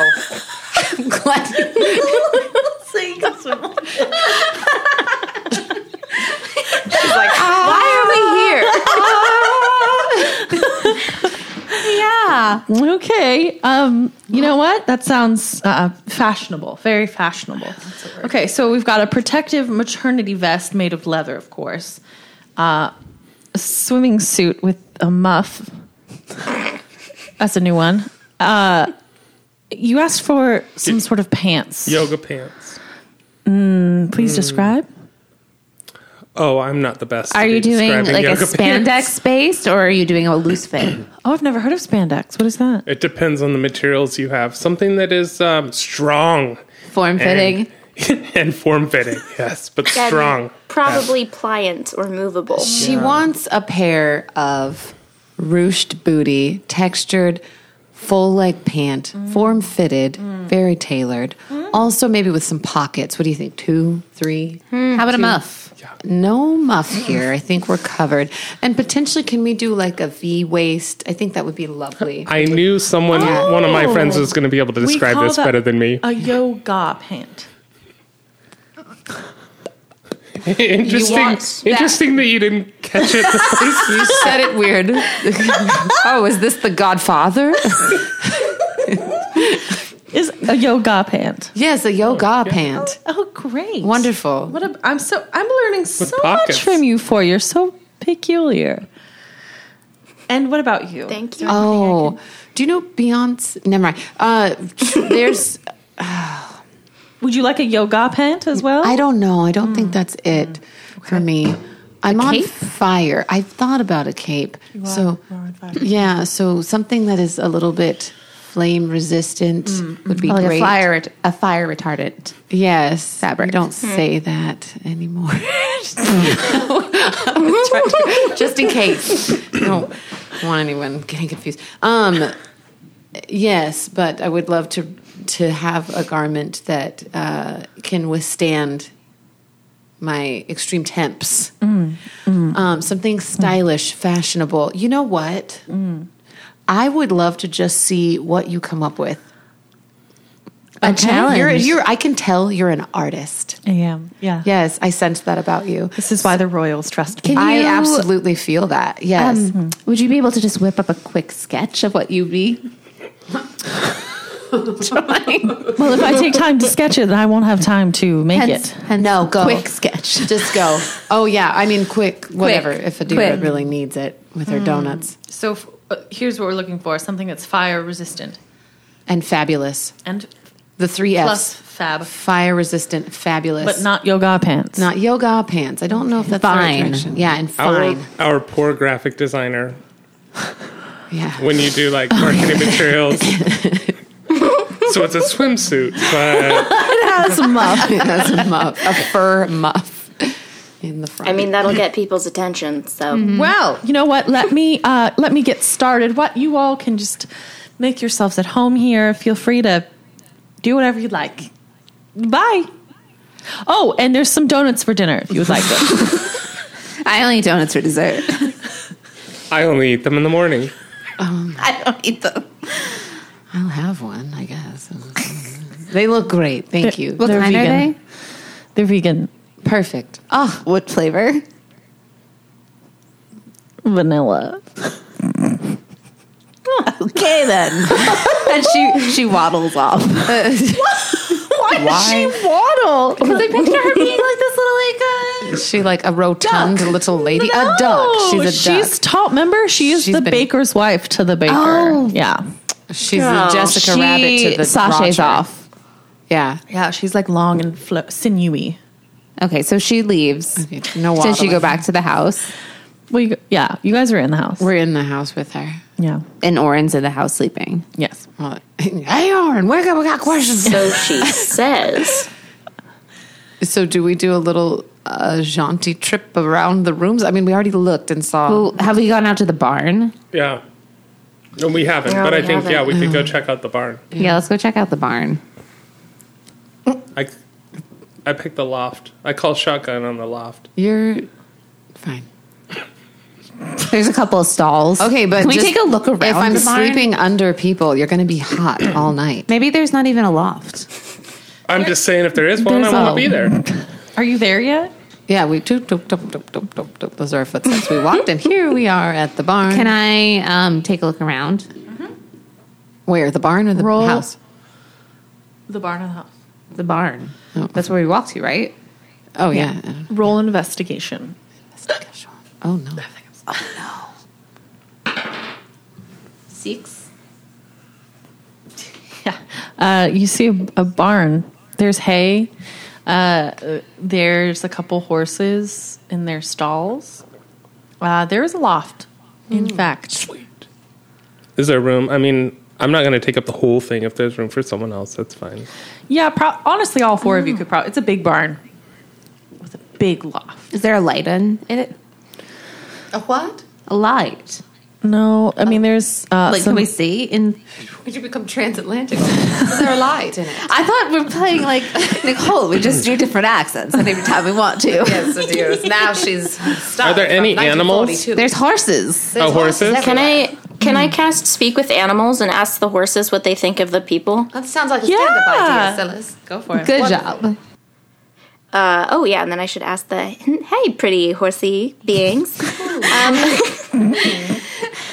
S7: I'm glad.
S2: Ah. Okay. Um, you know what? That sounds uh, fashionable, very fashionable. Okay, so we've got a protective maternity vest made of leather, of course, uh, a swimming suit with a muff. That's a new one. Uh, you asked for some sort of pants.
S5: Yoga pants.
S2: Please describe.
S5: Oh, I'm not the best.
S4: Are
S5: at
S4: you doing
S5: describing
S4: like a
S5: yoga pants.
S4: spandex based or are you doing a loose fit?
S2: Oh, I've never heard of spandex. What is that?
S5: It depends on the materials you have. Something that is um, strong
S4: Form fitting?
S5: and, and form fitting. Yes, but
S3: And
S5: strong.
S3: Probably pliant or movable.
S6: She wants a pair of ruched booty, textured, full leg pant, form fitted, very tailored. Also, maybe with some pockets. What do you think? Two, three?
S4: How about a muff?
S6: No muff here. I think we're covered. And potentially, can we do like a V waist? I think that would be lovely.
S5: I knew someone, one of my friends, was going to be able to
S2: We
S5: describe
S2: call
S5: this
S2: that
S5: better than me.
S2: A yoga pant.
S5: interesting.
S3: want
S5: Interesting that you didn't catch it. the first-
S6: You said it weird. oh, is this the Godfather?
S2: Is a yoga pant.
S6: yes, a yoga pant.
S2: Oh, great!
S6: Wonderful.
S2: What a, I'm so I'm learning so
S5: pockets.
S2: much from you for you're so peculiar. And what about you?
S3: Thank you.
S6: Oh, do you know Beyonce? Never mind. Uh, there's,
S2: Would you like a yoga pant as well?
S6: I don't know. I don't
S4: Hmm.
S6: think that's it for me. I'm on
S4: cape?
S6: fire. I've thought about a cape. so, yeah, so something that is a little bit flame resistant would be
S4: Mm, Oh, Like
S6: great.
S4: a fire, ret- a fire retardant.
S6: Yes, fabric. Don't
S4: Hmm.
S6: say that anymore. Just in case. No, I don't want anyone getting confused. Um, yes, but I would love to to have a garment that uh, can withstand my extreme temps.
S4: Mm,
S6: Um, something stylish, fashionable. You know what?
S4: Mm.
S6: I would love to just see what you come up with.
S4: A
S6: Okay? You're, you're, I can tell you're an artist.
S2: I am. Yeah.
S6: Yes, I sense that about you.
S2: This is why the royals trust me.
S4: Can
S6: I
S4: you-
S6: absolutely feel that. Yes.
S4: Um, would you be able to just whip up a quick sketch of what you'd be?
S2: well, if I take time to sketch it, then I won't have time to make
S4: Hence-
S2: it.
S4: hence
S6: No, go.
S4: Quick sketch.
S6: Just go. Oh yeah, I mean quick, whatever. If a dude
S4: quick.
S6: really needs it with her donuts
S2: So f- uh, here's what we're looking for: something that's fire resistant
S6: and fabulous,
S2: and
S6: the three Fs:
S2: plus fab,
S6: fire resistant, fabulous,
S2: but not yoga pants.
S6: not yoga pants. I don't know if that's the right
S4: Fine.
S6: direction. Yeah, and
S5: our,
S6: fine.
S5: our poor graphic designer.
S6: yeah.
S5: When you do like marketing materials. So it's a swimsuit, but
S2: as a muff.
S6: That's a muff, a fur muff in the front.
S3: I mean, that'll get people's attention. So
S6: Mm.
S2: Well, you know what? Let me uh, let me get started. What you all can just make yourselves at home here. Feel free to do whatever you'd like. Bye. Oh, and there's some donuts for dinner if you would like them.
S4: I only eat donuts for dessert.
S5: I only eat them in the morning.
S4: I don't eat them.
S6: I'll have one, I guess. they look great. Thank you.
S4: What
S2: They're
S4: kind
S2: vegan.
S4: are they?
S2: They're vegan
S6: Perfect.
S4: Oh, what flavor?
S2: vanilla.
S4: Okay then. and she she waddles off.
S6: Why?
S2: Waddle.
S4: I picture her being like this little like uh,
S6: Is she like a rotund little lady? A duck. She's a duck.
S2: She's top. Remember, she is
S6: She's
S2: the
S6: been- Oh.
S2: baker's wife to the baker. Yeah.
S6: She's
S3: Oh.
S6: the Jessica
S4: she
S6: Rabbit to the
S4: sachets
S6: Roger.
S4: off.
S6: Yeah.
S2: Yeah, she's like long and flo- sinewy.
S4: Okay, so she leaves.
S6: Okay, No
S4: Does she
S6: waddling.
S4: go back to the house?
S2: Well, you, yeah, you guys are in the house.
S6: We're in the house with her.
S2: yeah.
S4: And Oren's in the house sleeping.
S2: Yes.
S6: Well, hey, Oren, wake up. We got questions.
S3: so she says.
S6: so, do we do a little uh, jaunty trip around the rooms? I mean, we already looked and saw.
S4: Well, have we gone out to the barn?
S5: Yeah. No, we haven't,
S3: No,
S5: but I
S3: we
S5: think, yeah,
S3: haven't.
S5: we could go check out the barn.
S4: Yeah. let's go check out the barn.
S5: I, I picked the loft. I call shotgun on the loft.
S6: You're fine.
S4: There's a couple of stalls.
S6: Okay, but
S4: can we
S6: just-
S4: take a look around?
S6: If I'm
S4: the barn?
S6: sleeping under people, you're going to be hot all night.
S4: maybe there's not even a loft.
S5: I'm just saying, if there is one, I
S2: There's
S5: want
S2: a-
S5: to be there.
S2: Are you there yet?
S6: Yeah, we doop, doop, doop, doop, doop, doop, doop. Those are our footsteps. We walked in. Here we are at the barn.
S4: Can I um, take a look around
S6: Where the barn or the
S2: Roll-
S6: house?
S2: The barn of the house.
S4: the barn?
S6: Oh.
S4: That's where we walked to, right?
S6: Oh yeah. I don't
S2: Roll investigation.
S6: know. Oh no.
S4: Six.
S2: Yeah. Uh, you see a, a barn. There's hay. Uh, there's a couple horses in their stalls. Uh, there is a loft, in fact.
S5: Is there room? I mean, I'm not going to take up the whole thing. If there's room for someone else, that's fine.
S2: Yeah, pro- honestly, all four of you could probably. It's a big barn Hmm. with a big loft.
S4: Is there a light in it?
S7: A what?
S4: A light.
S2: No, I mean, there's. Uh,
S4: Like, can we see? In
S7: Would you become transatlantic? Is there a light in it?
S4: I thought we are playing like Nicole. We just do different accents every time we want to.
S7: Yes, it is. Now she's stuck.
S5: Are there
S7: from
S5: any animals?
S7: 1942.
S4: There's horses.
S7: There's
S5: oh, horses?
S7: everywhere.
S3: Can I can I cast speak with animals and ask the horses what they think of the people?
S7: That sounds like a
S2: Yeah.
S7: stand-up idea, Silas. Go for it.
S4: Good
S7: What-
S4: job.
S3: Uh, oh yeah, and then I should ask the hey, pretty horsey beings.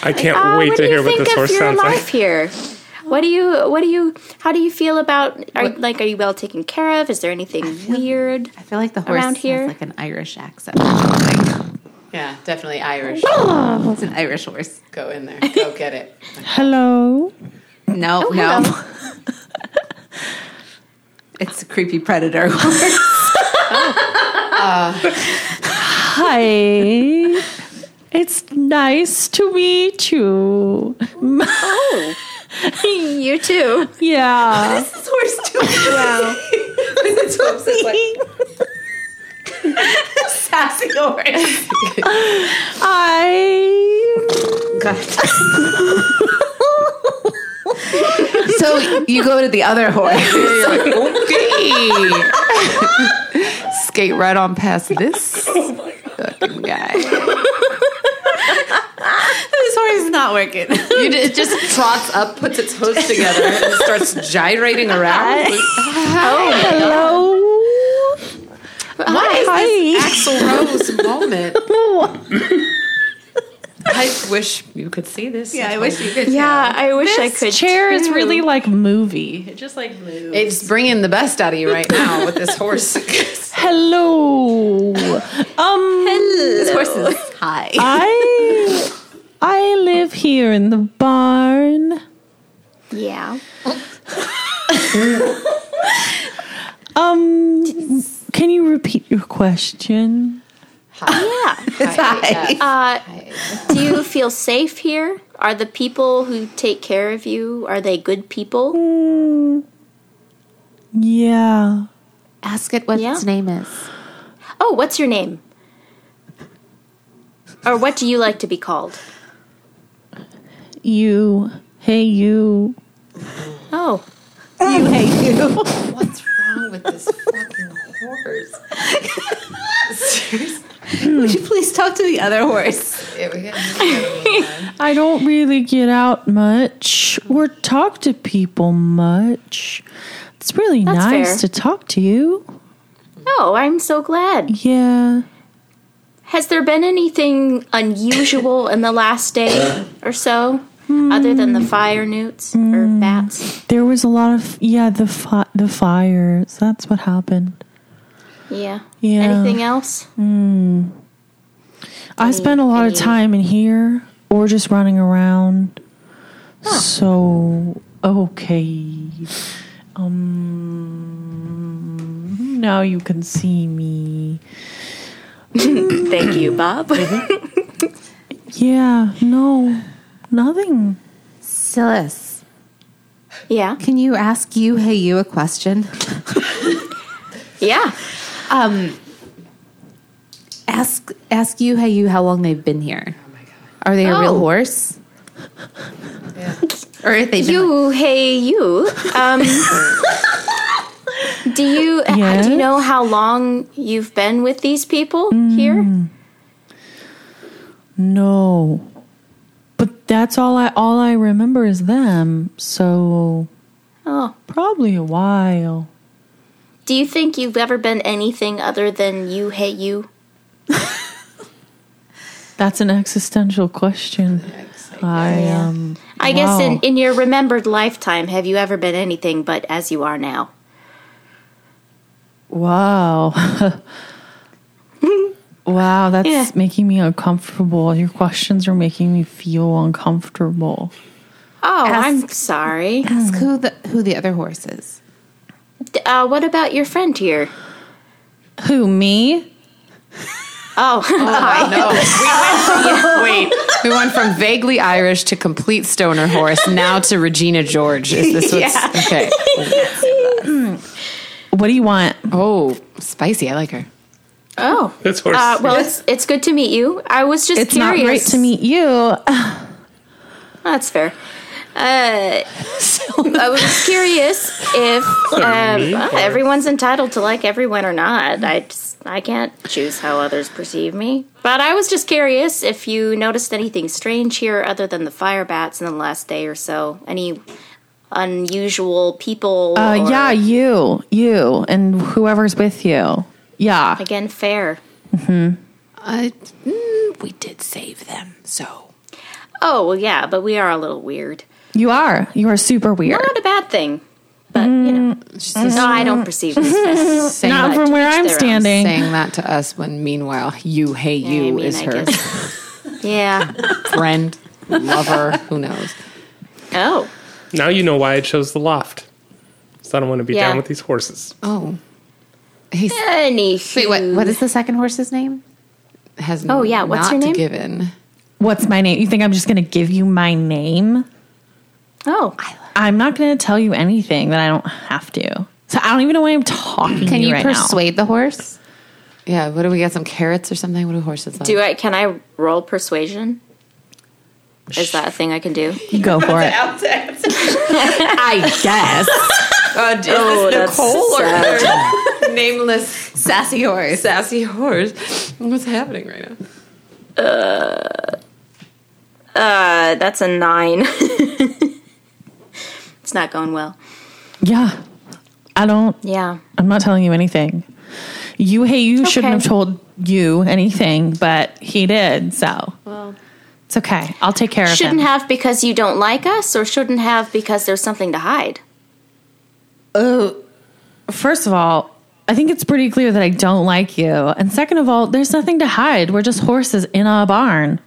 S5: I can't
S3: Uh,
S5: wait
S3: what
S5: to
S3: do
S5: hear
S3: you
S5: what
S3: think
S5: this
S3: of
S5: horse
S3: your
S5: sounds
S3: life
S5: like.
S3: here? What do you what do you how do you feel about are like are you well taken care of? Is there anything weird?
S4: I feel like the horse
S3: Around here?
S4: has like an Irish accent. or something.
S7: Yeah, definitely Irish.
S4: it's an Irish horse.
S7: Go in there. Go get it.
S2: Hello.
S4: No, no. it's a creepy predator.
S2: Hi. it's nice to meet you.
S3: Oh. you too.
S2: Yeah.
S4: Sassy horse.
S2: I.
S4: So you go to the other horse.
S6: Skate right on past this
S7: Oh
S6: fucking guy.
S4: this horse is not working.
S7: You d- it just trots up, puts its hooves together, and starts gyrating around. Oh
S2: Hello.
S7: What is
S2: Hi.
S7: this Axl Rose moment? I wish you could see this. Yeah, I wish you could.
S3: Yeah, I wish I could.
S2: This chair is really like movie. It just like moves.
S7: It's bringing the best out of you right now with this horse.
S2: Hello. Um,
S4: This horse is high.
S2: I I live here in the barn.
S3: Yeah.
S2: Um, can you repeat your question?
S3: Yeah. Uh, do you feel safe here? Are the people who take care of you are they good people?
S2: Yeah.
S4: Ask it what
S3: Yeah.
S4: its name is.
S3: Oh, what's your name? Or what do you like to be called?
S2: You. Hey, you.
S3: Oh,
S7: What's wrong with this fucking horse? Seriously,
S4: Would you please talk to the other horse?
S7: it would get-
S2: I don't really get out much or talk to people much. It's really
S3: That's
S2: nice
S3: fair.
S2: to talk to you.
S3: oh, I'm so glad.
S2: Yeah.
S3: Has there been anything unusual in the last day or so, other than the fire newts or
S2: Hmm.
S3: bats?
S2: There was a lot of yeah, the fi- the fires. That's what happened.
S3: Yeah.
S2: Yeah.
S3: Anything else?
S2: I spend a lot of
S3: any-
S2: time in here or just running around. So okay. Um now you can see me.
S3: Thank you, Bob.
S2: Yeah, no. Nothing.
S4: Silas,
S3: yeah.
S4: can you ask you, hey, you a question?
S3: Yeah.
S4: Ask ask you, hey, you, how long they've been here.
S7: Oh
S4: Are they a real
S3: Oh.
S4: horse? Or if they've been
S3: You, hey, you. Um, Do you do you know how long you've been with these people
S2: Hmm.
S3: here?
S2: No. But that's all I all I remember is them. So
S3: Oh,
S2: probably a while.
S3: do you think you've ever been anything other than you hate you?
S2: That's an existential question. I um
S3: I guess in,
S2: Wow.
S3: in your remembered lifetime, have you ever been anything but as you are now?
S2: wow. wow, that's
S3: Yeah.
S2: making me uncomfortable. Your questions are making me feel uncomfortable.
S3: Oh, I'm sorry.
S4: Ask who the who the other horse is.
S3: D- Uh, what about your friend here?
S2: Who me?
S3: Oh,
S7: Wait, we went from vaguely Irish to complete stoner horse, now to Regina George. Is this what's okay?
S2: What do you want?
S7: Oh, spicy. I like her.
S3: oh.
S5: This horse.
S3: Uh, well, it's it's good to meet you. I was just
S2: It's
S3: curious.
S2: not great to meet you. Uh,
S3: Oh, That's fair. Uh, I was just curious if um, uh, everyone's entitled to like everyone or not. I just I can't choose how others perceive me. But I was just curious if you noticed anything strange here other than the fire bats in the last day or so. Any unusual people?
S2: Uh,
S3: or-
S2: yeah, you, you, and whoever's with you. Yeah.
S3: Again, fair.
S6: I, mm, we did save them, so
S3: Oh well, yeah, but we are a little weird.
S2: You are. You are super weird.
S3: Not a bad thing, but you know, no, I don't perceive this as
S6: saying,
S2: Mm, Not
S6: that,
S2: from where
S3: each
S2: I'm
S3: their own
S2: standing.
S6: saying that to us when meanwhile you hey you
S3: I mean,
S6: is
S3: I
S6: her
S3: guess- yeah.
S6: friend, lover, who knows?
S3: Oh.
S5: now you know why I chose the loft. So I don't want to be
S3: Yeah.
S5: down with these horses.
S6: Oh, he
S3: Anywho.
S4: Wait, what? What is the second horse's name?
S6: has
S3: Oh, yeah, what's
S6: not
S3: her name?
S6: given.
S2: What's my name? You think I'm just going to give you my name?
S3: Oh,
S2: I'm not going to tell you anything that I don't have to. So I don't even know why I'm talking
S4: Can
S2: to
S4: you
S2: right now.
S4: persuade the horse?
S6: Yeah, what do we got? Some carrots or something? What do horses like?
S3: do I? Can I roll persuasion? Is that a thing I can do?
S2: You go for it.
S6: I guess. Uh,
S3: Oh, that's sad.
S6: nameless sassy horse. Sassy horse. What's happening right now?
S3: Uh, that's a nine. it's not going well.
S2: Yeah. I don't.
S3: Yeah.
S2: I'm not telling you anything. You, hey, you shouldn't
S3: Okay.
S2: have told you anything, but he did. So it's okay. I'll take care of
S3: Shouldn't
S2: him.
S3: have because you don't like us, or shouldn't have because there's something to hide.
S2: First of all, I think it's pretty clear that I don't like you. And second of all, there's nothing to hide. We're just horses in a barn.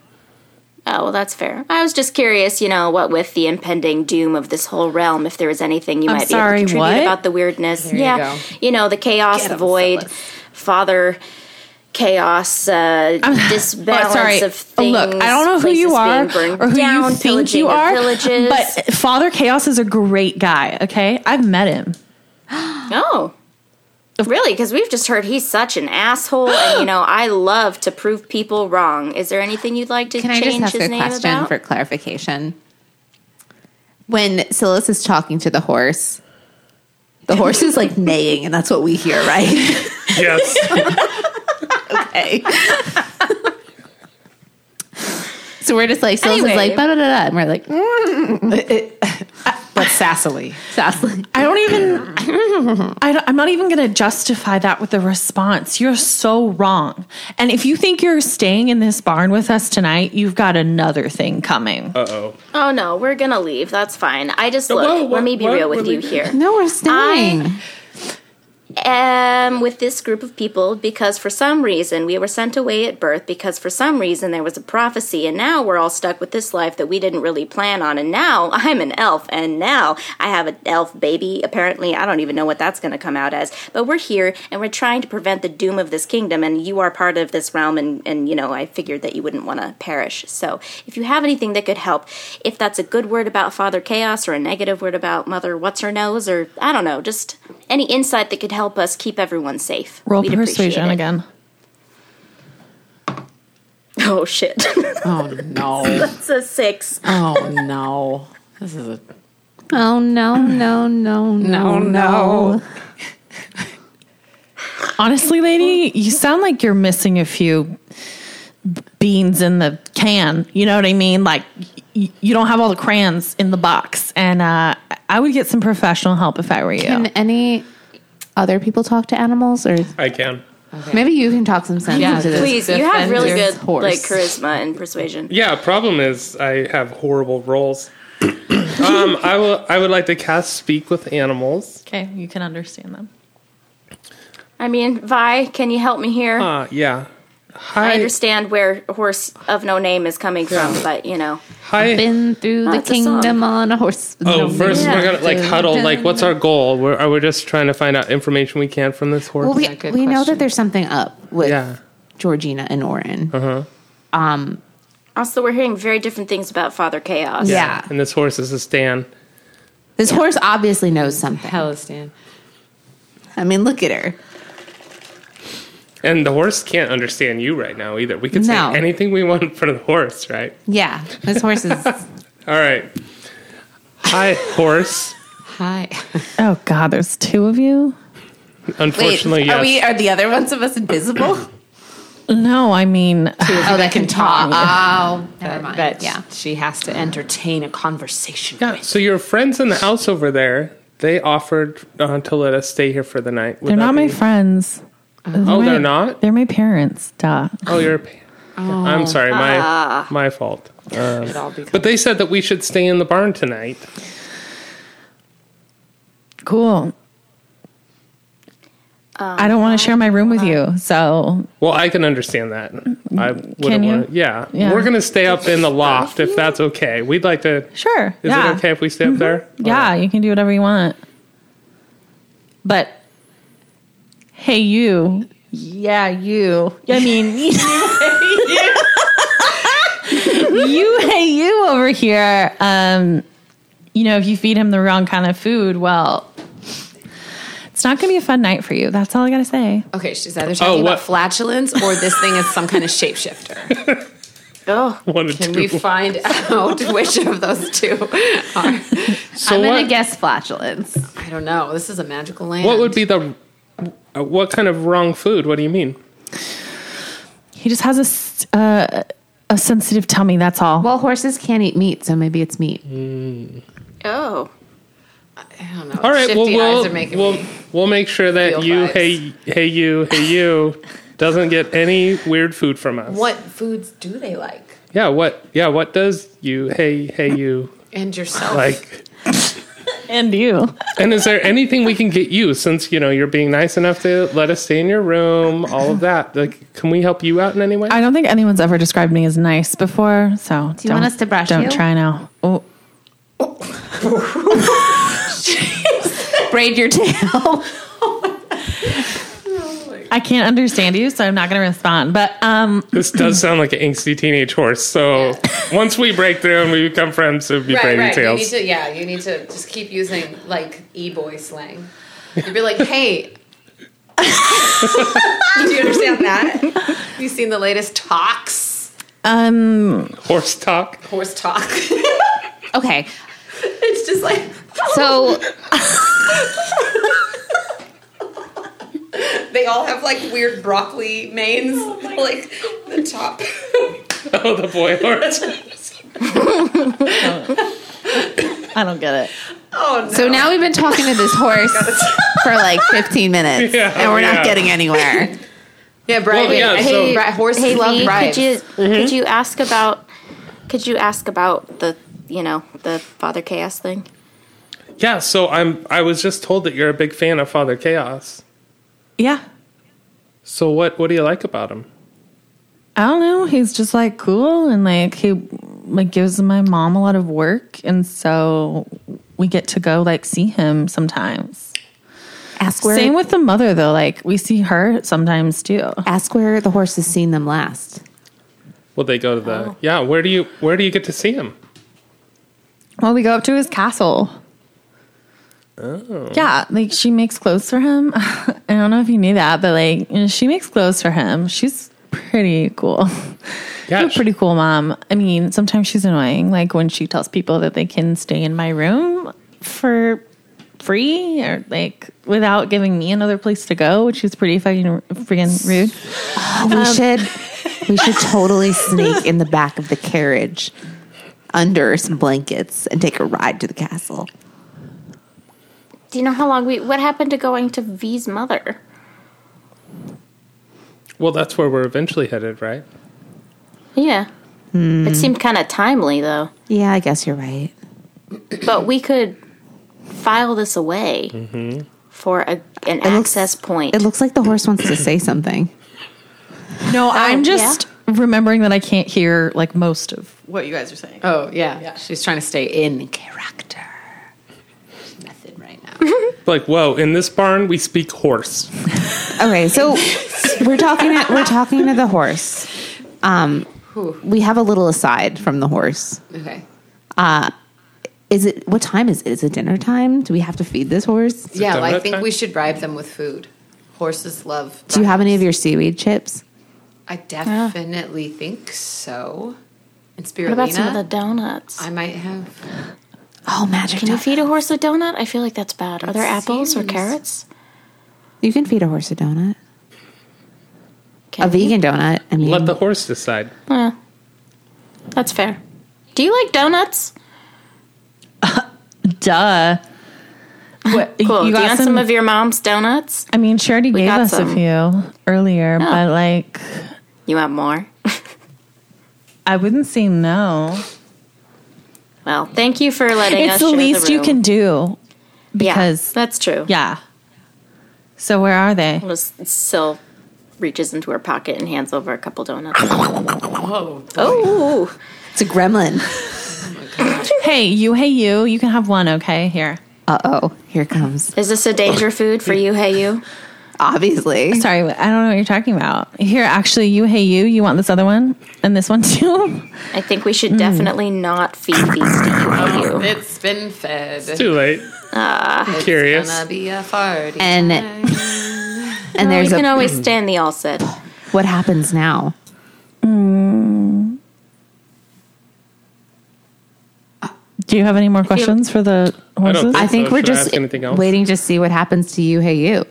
S3: Oh, well, that's fair. I was just curious, you know, what with the impending doom of this whole realm, if there was anything you
S2: I'm
S3: might
S2: sorry,
S3: be able to
S2: what?
S3: contribute about the weirdness. yeah,
S6: go.
S3: you, know, the chaos, the void, father, chaos, uh, disbalance
S2: Oh, sorry.
S3: of things.
S2: Look, I don't know who you
S3: places
S2: are
S3: being burned
S2: or who
S3: down,
S2: you think
S3: pillaging
S2: you
S3: of
S2: are,
S3: Villages.
S2: but Father Chaos is a great guy. Okay, I've met him.
S3: oh. Really? Because we've just heard he's such an asshole, and you know I love to prove people wrong. Is there anything you'd like to
S4: Can I
S3: change
S4: just ask
S3: his
S4: a
S3: name
S4: question
S3: about?
S4: for clarification? When Silas is talking to the horse, the horse is like neighing, and that's what we hear, right?
S5: Yes.
S4: Okay. so we're just like Silas
S3: Anyway.
S4: is like da da da, da, and we're like mm,
S6: But sassily.
S4: sassy.
S2: I don't even. I don't, I'm not even going to justify that with a response. You're so wrong. And if you think you're staying in this barn with us tonight, you've got another thing coming.
S5: Uh oh.
S3: Oh no, we're gonna leave. That's fine. I just look.
S5: whoa, whoa,
S3: let me be
S5: whoa,
S3: real
S5: whoa,
S3: with you here.
S6: No, we're staying.
S3: um, with this group of people because for some reason we were sent away at birth because for some reason there was a prophecy and now we're all stuck with this life that we didn't really plan on and now I'm an elf and now I have an elf baby apparently I don't even know what that's going to come out as but we're here and we're trying to prevent the doom of this kingdom and you are part of this realm and and you know I figured that you wouldn't want to perish so if you have anything that could help if that's a good word about Father Chaos or a negative word about Mother What's Her Nose or I don't know just any insight that could help us keep everyone safe.
S2: Roll
S3: We'd appreciate
S2: persuasion
S3: it.
S2: again.
S3: Oh shit.
S6: Oh, no.
S3: it's a six.
S6: Oh, no. This is a.
S4: Oh no no no no
S6: no.
S2: Honestly, lady, you sound like you're missing a few beans in the can. You know what I mean? Like y- you don't have all the crayons in the box. And uh, I would get some professional help if I were you.
S4: Can any other people talk to animals, or
S5: I can.
S4: maybe you can talk some sense into this?
S3: Please, you have really
S4: defender's
S3: good
S4: horse.
S3: like charisma and persuasion.
S5: Yeah, problem is I have horrible rolls. um, I will. I would like to cast speak with animals.
S2: okay, you can understand them.
S3: I mean, Vi, can you help me here?
S5: Uh, yeah.
S3: I
S5: Hi,
S3: understand where horse of no name is coming from, but you know,
S5: hi.
S4: Been through the
S3: it's a song.
S4: kingdom on a horse.
S5: Oh, first
S3: Yeah.
S5: we're gonna like huddle. Like, what's our goal? We're are we just trying to find out information we can from this horse?
S4: Well, we, we
S6: good
S4: know
S6: question.
S4: that there's something up with
S5: yeah. Uh-huh.
S4: Georgina and Oren.
S3: also we're hearing very different things about Father Chaos.
S4: Yeah.
S5: And this horse is a Stan.
S4: This horse obviously knows something.
S6: Palestine.
S4: I mean, look at her.
S5: And the horse can't understand you right now either. We could
S4: No.
S5: say anything we want for the horse, right?
S4: Yeah. This horse is.
S5: All right. Hi, horse.
S6: Hi.
S2: Oh God, there's two of you.
S5: Unfortunately, yes.
S4: are the other ones of us invisible?
S2: No, I mean,
S4: oh, that can talk. Oh, never mind.
S6: But
S4: yeah.
S6: she has to entertain a conversation.
S5: yeah. So your friends in the house over there, they offered uh, to let us stay here for the night. Would
S2: they're
S5: that
S2: not my
S5: be-
S2: friends.
S5: Oh,
S2: my-
S5: they're not.
S2: They're my parents. Duh.
S5: Oh, you're. A pa-
S4: Oh.
S5: I'm sorry. My
S4: Ah.
S5: my fault. Um, but they said that we should stay in the barn tonight.
S2: Cool. I don't want to share my room with you, so
S5: Well, I can understand that. I would
S2: Can you?
S5: want. Yeah.
S2: Yeah.
S5: We're gonna stay up in the loft if that's okay. We'd like to.
S2: sure.
S5: Is
S2: yeah. Mm-hmm.
S5: it okay if we stay up there?
S2: Yeah, you can do whatever you want. But hey, you. Yeah, you. I mean, you. you, hey, you over here. Um, you know, if you feed him the wrong kind of food, well, it's not going to be a fun night for you. That's all I got to say.
S7: Okay, she's either talking
S5: Oh, what-
S7: about flatulence or this thing is some kind of shapeshifter. Oh,
S5: One or
S7: Can
S5: two.
S7: we find out which of those two are?
S5: so
S4: I'm going
S5: what?
S4: to guess flatulence.
S7: I don't know. This is a magical land.
S5: what would be the? uh, What kind of wrong food? What do you mean?
S2: He just has a, s- uh, a sensitive tummy. That's all.
S4: Well, horses can't eat meat, so maybe it's meat.
S3: Oh,
S7: I don't know.
S5: All right.
S7: Shifty
S5: well,
S7: eyes
S5: we'll
S7: are making
S5: we'll,
S7: me.
S5: we'll make sure that
S7: feel
S5: you,
S7: vibes.
S5: hey, hey, you, hey, you, doesn't get any weird food from us.
S7: What foods do they like?
S5: Yeah. What? Yeah. What does you, hey, hey, you
S7: And yourself.
S5: like?
S2: and you.
S5: And is there anything we can get you since you know you're being nice enough to let us stay in your room, all of that? Like, can we help you out in any way?
S2: I don't think anyone's ever described me as nice before, so do
S4: you want us to brush
S2: Don't
S4: you?
S2: try now. Oh,
S4: Braid your tail.
S2: I can't understand you, so I'm not going to respond. But um,
S5: this does sound like an angsty teenage horse. So once we break through and we become friends, it would be
S7: Right,
S5: braiding
S7: right. You
S5: tails.
S7: need to, yeah, you need to just keep using like e boy slang. You'd be like, hey. do you understand that? Have you seen the latest talks?
S2: um,
S5: Horse talk.
S7: Horse talk.
S4: Okay.
S7: it's just like,
S4: So
S7: they all have like weird broccoli manes, like the top.
S5: Oh, the boy horse.
S2: I don't get it.
S4: so now we've been talking to this horse for like 15 minutes,
S5: Yeah,
S4: and we're
S5: yeah.
S4: not getting anywhere.
S7: Yeah, Brian.
S5: Well, yeah, so-
S7: Bri- horses
S3: hey,
S7: love
S3: Lee,
S7: rides.
S3: could you could
S4: Mm-hmm.
S3: you ask about could you ask about the you know the Father Chaos thing?
S5: Yeah. So I'm. I was just told that you're a big fan of Father Chaos.
S2: Yeah,
S5: So what what do you like about him?
S2: I don't know. He's just like cool and like he like gives my mom a lot of work, and so we get to go like see him sometimes.
S4: Ask where.
S2: Same with the mother though. Like we see her sometimes too.
S4: ask where the horse has seen them last.
S5: Well, they go to the yeah. Where do you where do you get to see him?
S2: Well, we go up to his castle. Oh. Yeah, like she makes clothes for him. I don't know if you knew that, but like you know, she makes clothes for him. She's pretty cool.
S5: Yeah,
S2: She's a pretty cool mom. I mean, sometimes she's annoying, like when she tells people that they can stay in my room for free or like without giving me another place to go, which is pretty fucking freaking rude.
S4: We should we should totally sneak in the back of the carriage under some blankets and take a ride to the castle.
S3: Do you know how long we? What happened to going to V's mother?
S5: Well, that's where we're eventually headed, right?
S3: Yeah.
S4: Hmm.
S3: It seemed kind of timely though.
S4: Yeah, I guess you're right.
S3: But we could file this away for a, an
S4: looks-
S3: access point.
S4: Mm-hmm. It looks like the horse wants to say something.
S2: No, I'm
S3: yeah?
S2: just remembering that I can't hear like most of what you guys are saying.
S6: Oh yeah. she's trying to stay in character. There's Nothing right now.
S5: Like, whoa! In this barn, we speak horse.
S4: Okay, so we're talking to, we're talking to the horse. Um, we have a little aside from the horse.
S6: okay.
S4: Is it what time is it? Is it dinner time? Do we have to feed this horse?
S6: Yeah,
S5: done
S6: well, I
S5: that
S6: think
S5: time?
S6: we should bribe them with food. Horses love.
S4: Do you have any of your seaweed chips?
S6: I definitely think so. And
S3: what about some of the
S6: spirulina,
S3: donuts?
S6: I might have.
S4: Oh, magic!
S3: Can you
S4: donut.
S3: feed a horse a donut? I feel like that's bad. Are there apples or carrots?
S4: You can feed a horse a donut,
S3: Can
S4: a vegan donut. I mean,
S5: Let the horse decide.
S3: That's fair. Do you like donuts?
S2: Duh. What,
S3: Cool.
S2: You
S3: Do you
S2: got
S3: want
S2: some,
S3: some, of your mom's donuts?
S2: I mean, Charity gave
S3: got
S2: us
S3: some.
S2: a few earlier, but like,
S3: You want more?
S2: I wouldn't say no.
S3: Well, thank you for letting us.
S2: it's the
S3: share
S2: least you
S3: room.
S2: can do because
S3: yeah, that's true.
S2: yeah. So where are they?
S3: Well, Syl reaches into her pocket and hands over a couple donuts. Oh,
S4: it's a gremlin.
S2: Hey, you, hey, you, you can have one, okay? Here.
S4: Uh oh, here it comes.
S3: is this a danger food for you? Hey, you.
S4: Obviously,
S2: Sorry, I don't know what you're talking about. Here, actually, you, hey, you, you want this other one and this one too?
S3: I think we
S4: Hmm.
S3: should definitely not feed these to you. Hey, you.
S6: It's been fed.
S5: Too late.
S6: Ah,
S5: I'm curious.
S6: Gonna be a party.
S4: and and
S3: You
S4: there's
S3: can
S4: a
S3: always stay in the all set.
S4: what happens now?
S2: Do you have any more questions for the horses?
S5: think-
S4: I think
S5: So
S4: we're
S5: should I
S4: just
S5: ask anything else?
S4: waiting to see what happens to you. Hey, you.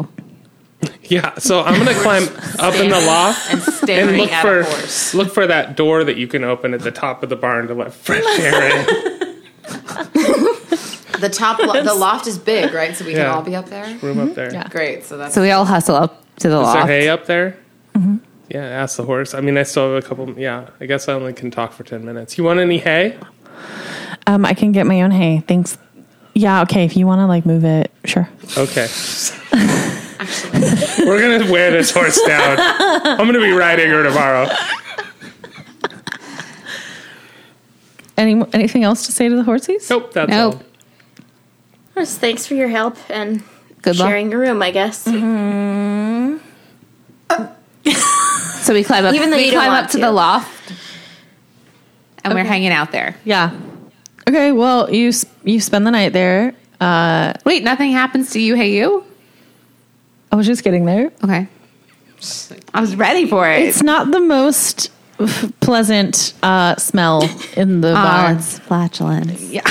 S5: Yeah. So I'm gonna climb up in the loft
S6: and staring
S5: and look
S6: at
S5: for
S6: a horse.
S5: look for that door that you can open at the top of the barn to let fresh air in.
S6: The top, lo- the loft is big, right? So we can
S5: Yeah.
S6: all be up there.
S5: Room
S4: Mm-hmm.
S5: up there.
S2: Yeah.
S6: Great. So that's
S4: So we all hustle up to the
S5: Is
S4: loft.
S5: there hay up there?
S4: Mm-hmm.
S5: Yeah, ask the horse. I mean, I still have a couple. Yeah, I guess I only can talk for 10 minutes. You want any hay?
S2: Um, I can get my own hay. Thanks. Yeah, okay. If you want to like move it, sure.
S5: Okay. We're going to wear this horse down. I'm going to be riding her tomorrow.
S2: Any anything else to say to the horsies?
S5: Nope, that's
S4: Nope.
S5: all.
S3: Just thanks for your help and
S4: Good luck. Mm-hmm.
S3: sharing your room, I guess.
S4: So we climb up.
S3: Even though
S4: we
S3: you don't
S4: climb
S3: want
S4: up to,
S3: to.
S4: the loft, and we're hanging out there.
S2: Yeah. Okay. Well, you s- you spend the night there.
S4: Wait, nothing happens to you. Hey, you.
S2: I was just getting there.
S4: Okay. I was ready for it.
S2: It's not the most pleasant uh, smell in the
S4: oh,
S2: barn.
S4: it's flatulence.
S6: it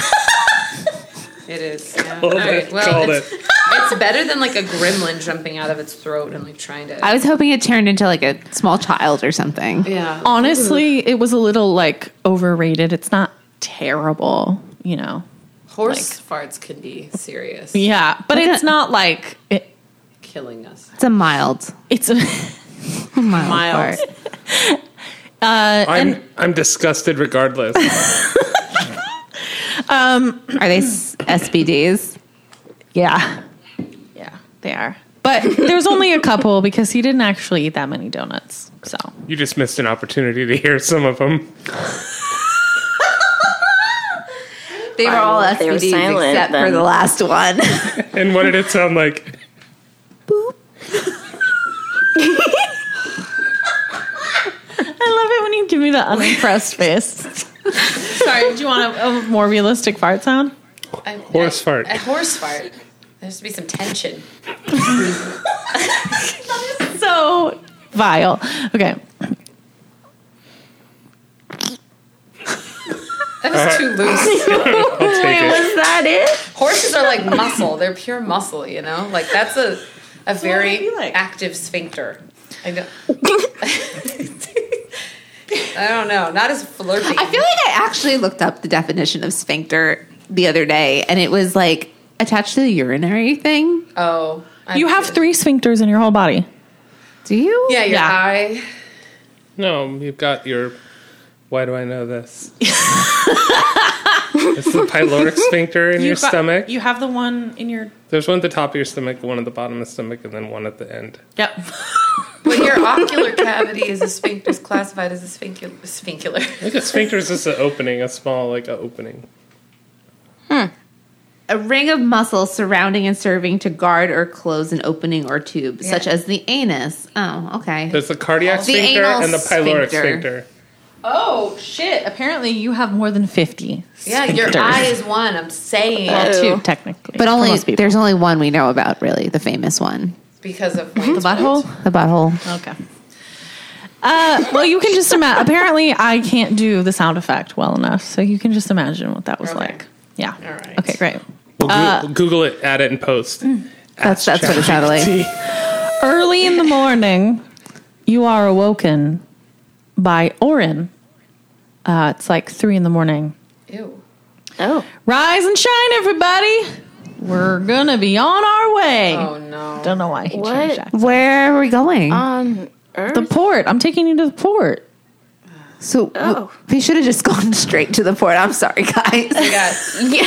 S6: is. Yeah.
S5: Called
S6: All right.
S5: it,
S6: Well,
S5: called
S6: it's,
S5: it.
S6: it's better than like a gremlin jumping out of its throat and like trying to.
S4: I was hoping it turned into like a small child or something.
S6: yeah.
S2: Honestly, it was a little like overrated. It's not terrible, you know.
S6: Horse farts can be serious,
S2: Yeah, but it's not like uh, it,
S6: killing us.
S4: It's a mild,
S2: it's a
S4: mild,
S2: Mild.
S4: fart.
S5: I'm, I'm disgusted regardless.
S4: Are they s- SBDs?
S2: yeah, yeah. They are, but there's only a couple because he didn't actually eat that many donuts. So
S5: You just missed an opportunity to hear some of them.
S4: They were all
S3: They were
S4: SBDs
S3: silent
S4: except for
S3: then.
S4: the last one.
S5: And what did it sound like?
S2: I love it when you give me the unimpressed face. Sorry, do you want a, a more realistic fart sound?
S6: I'm-
S5: Horse fart.
S6: A horse fart. There has to be some tension.
S2: So vile. Okay.
S6: That was
S7: was too loose.
S5: I'll take it.
S3: Was that it?
S7: Horses are like muscle; they're pure muscle. You know, like that's a a very
S4: be like.
S7: active sphincter. I don't. I don't know. Not as flirty.
S4: I feel like I actually looked up the definition of sphincter the other day, and it was like attached to the urinary thing.
S7: oh, I'm
S2: You have
S7: good.
S2: three sphincters in your whole body.
S4: Do you?
S7: Yeah, uh, your
S2: Yeah.
S7: eye.
S5: No, you've got your. Why do I know this? it's the pyloric sphincter in your
S2: You've got-
S5: stomach.
S2: You have the one in your.
S5: There's one at the top of your stomach, one at the bottom of the stomach, and then one at the end.
S2: Yep.
S7: But your ocular cavity is a sphincter. Is classified as a sphincul- sphincular.
S5: I think a sphincter is just an opening, a small like a opening.
S4: A ring of muscle surrounding and serving to guard or close an opening or tube, such as the anus. Oh, okay.
S5: There's the cardiac sphincter
S4: anal
S5: and the pyloric
S4: sphincter.
S5: sphincter.
S2: Oh shit! Apparently, you have more than fifty.
S7: Yeah, your eye is one. I'm saying
S2: Well, two technically,
S4: but
S2: for
S4: only
S2: most people.
S4: there's only one we know about, really, the famous one,
S7: because of
S4: the butthole. The butthole.
S2: Okay. Uh, well, you can just imagine. Apparently, I can't do the sound effect well enough, so you can just imagine what that was like. Yeah. All
S7: right.
S2: Okay, great.
S5: We'll goo- Google it, add it, and post.
S4: That's that's what it sounded like.
S2: Early in the morning, you are awoken by Orin. Uh, it's like three in the morning.
S7: Ew.
S3: Oh.
S2: Rise and shine, everybody. We're gonna be on our way.
S7: Oh no.
S2: Don't know why he
S3: What?
S2: changed that.
S4: Where are we going?
S3: Um, Earth?
S2: The port. I'm taking you to the port.
S4: so w-
S3: oh.
S4: we should have just gone straight to the port. I'm sorry, guys.
S7: We got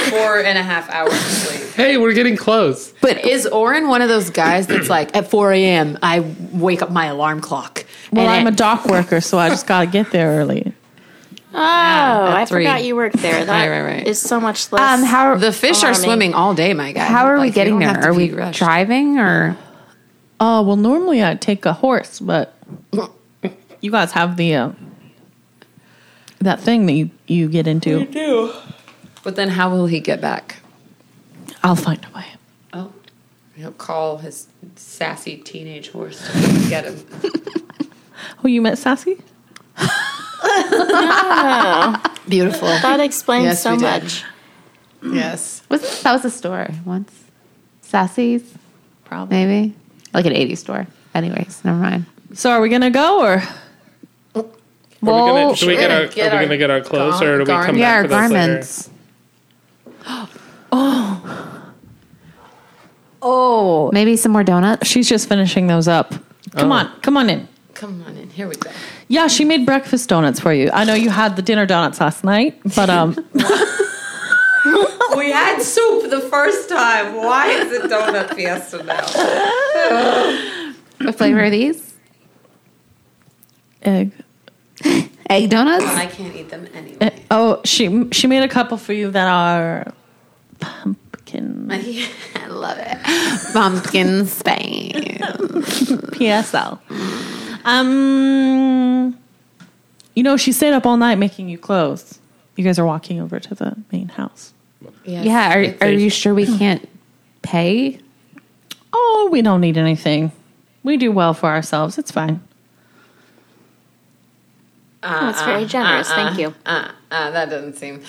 S7: four and a half hours of sleep.
S5: Hey, we're getting close.
S7: But
S6: Is Oren one of those guys that's like at 4 a.m. I wake up my alarm clock?
S2: Well, I'm
S6: and
S2: a
S6: it-
S2: dock worker, so I just gotta get there early.
S3: oh, I
S6: three.
S3: forgot you worked there. That is
S6: right, right.
S3: so much less.
S4: Um, how
S6: the fish are
S3: Alarming.
S6: swimming all day, my guy.
S4: how are
S6: Like,
S4: we
S6: you
S4: getting
S6: don't
S4: there?
S6: have to
S4: Are
S6: be
S4: we
S6: rushed.
S4: driving or?
S2: Oh, well, normally I take a horse, but you guys have the uh, that thing that you, you get into.
S6: But then how will he get back?
S2: I'll find a way.
S7: oh, he'll call his sassy teenage horse to get him.
S2: Oh, you met Sassy?
S6: Beautiful.
S3: that explains
S6: Yes,
S3: so
S6: we did.
S3: much.
S6: yes.
S4: Was that was a store once? Sassy's,
S2: Probably.
S4: maybe like an '80s store. Anyways, never mind.
S2: So, are we gonna go or?
S5: Are we gonna,
S4: Well,
S5: do we
S7: we're
S5: get
S7: gonna
S5: our,
S7: get
S5: are
S7: our
S5: we gonna get our clothes,
S7: gar-
S5: or do we
S7: gar-
S5: come
S4: yeah,
S5: back
S4: our
S5: for those later?
S4: garments. oh, oh, maybe some more donuts.
S2: She's just finishing those up. Come on, come on in.
S7: Come on in. Here we go.
S2: Yeah, she made breakfast donuts for you. I know you had the dinner donuts last night, but um,
S7: We had soup the first time. Why is it donut fiesta now?
S4: What flavor are these?
S2: egg.
S4: Egg donuts.
S7: I can't eat them anyway.
S2: Oh, she she made a couple for you that are pumpkin
S4: I love it. Pumpkin Spain.
S2: PSL. Um, you know, she stayed up all night making you clothes. You guys are walking over to the main house.
S4: Yeah, are, are you sure we can't pay?
S2: Oh, we don't need anything. We do well for ourselves. It's fine.
S3: That's very generous. Thank you.
S7: Uh, uh, that doesn't seem.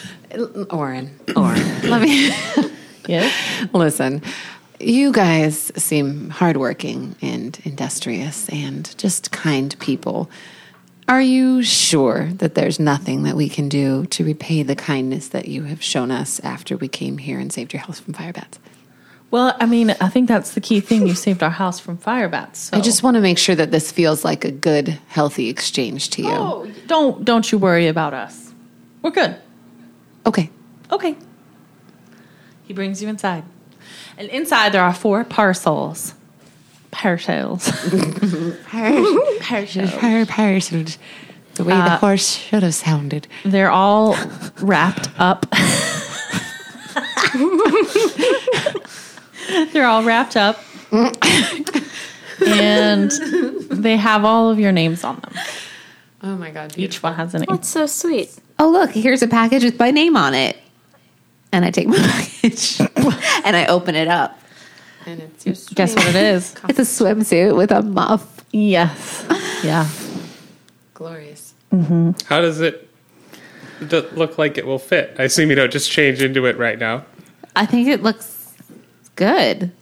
S6: Oren. Oren. Let me
S2: Yes.
S6: listen. You guys seem hardworking and industrious and just kind people. Are you sure that there's nothing that we can do to repay the kindness that you have shown us after we came here and saved your house from fire bats?
S2: Well, I mean, I think that's the key thing. You saved our house from fire bats. So.
S6: I just want to make sure that this feels like a good, healthy exchange to you.
S2: oh, don't don't you worry about us. We're good.
S6: Okay.
S2: Okay. He brings you inside. And inside there are four parcels. Parcels. parcels.
S6: Fire parcels. The way the horse should have sounded.
S2: They're all wrapped up. They're all wrapped up. and they have all of your names on them.
S7: Oh my god.
S2: Each one has a name.
S3: That's so sweet.
S4: Oh, look, here's a package with my name on it. And I take my package and I open it up.
S7: And it's your sweet.
S2: Guess what it is?
S4: It's a swimsuit with a muff.
S2: yes. Yeah.
S7: Glorious.
S5: How does it? that look like it will fit? I assume you don't just change into it right now.
S4: I think it looks good.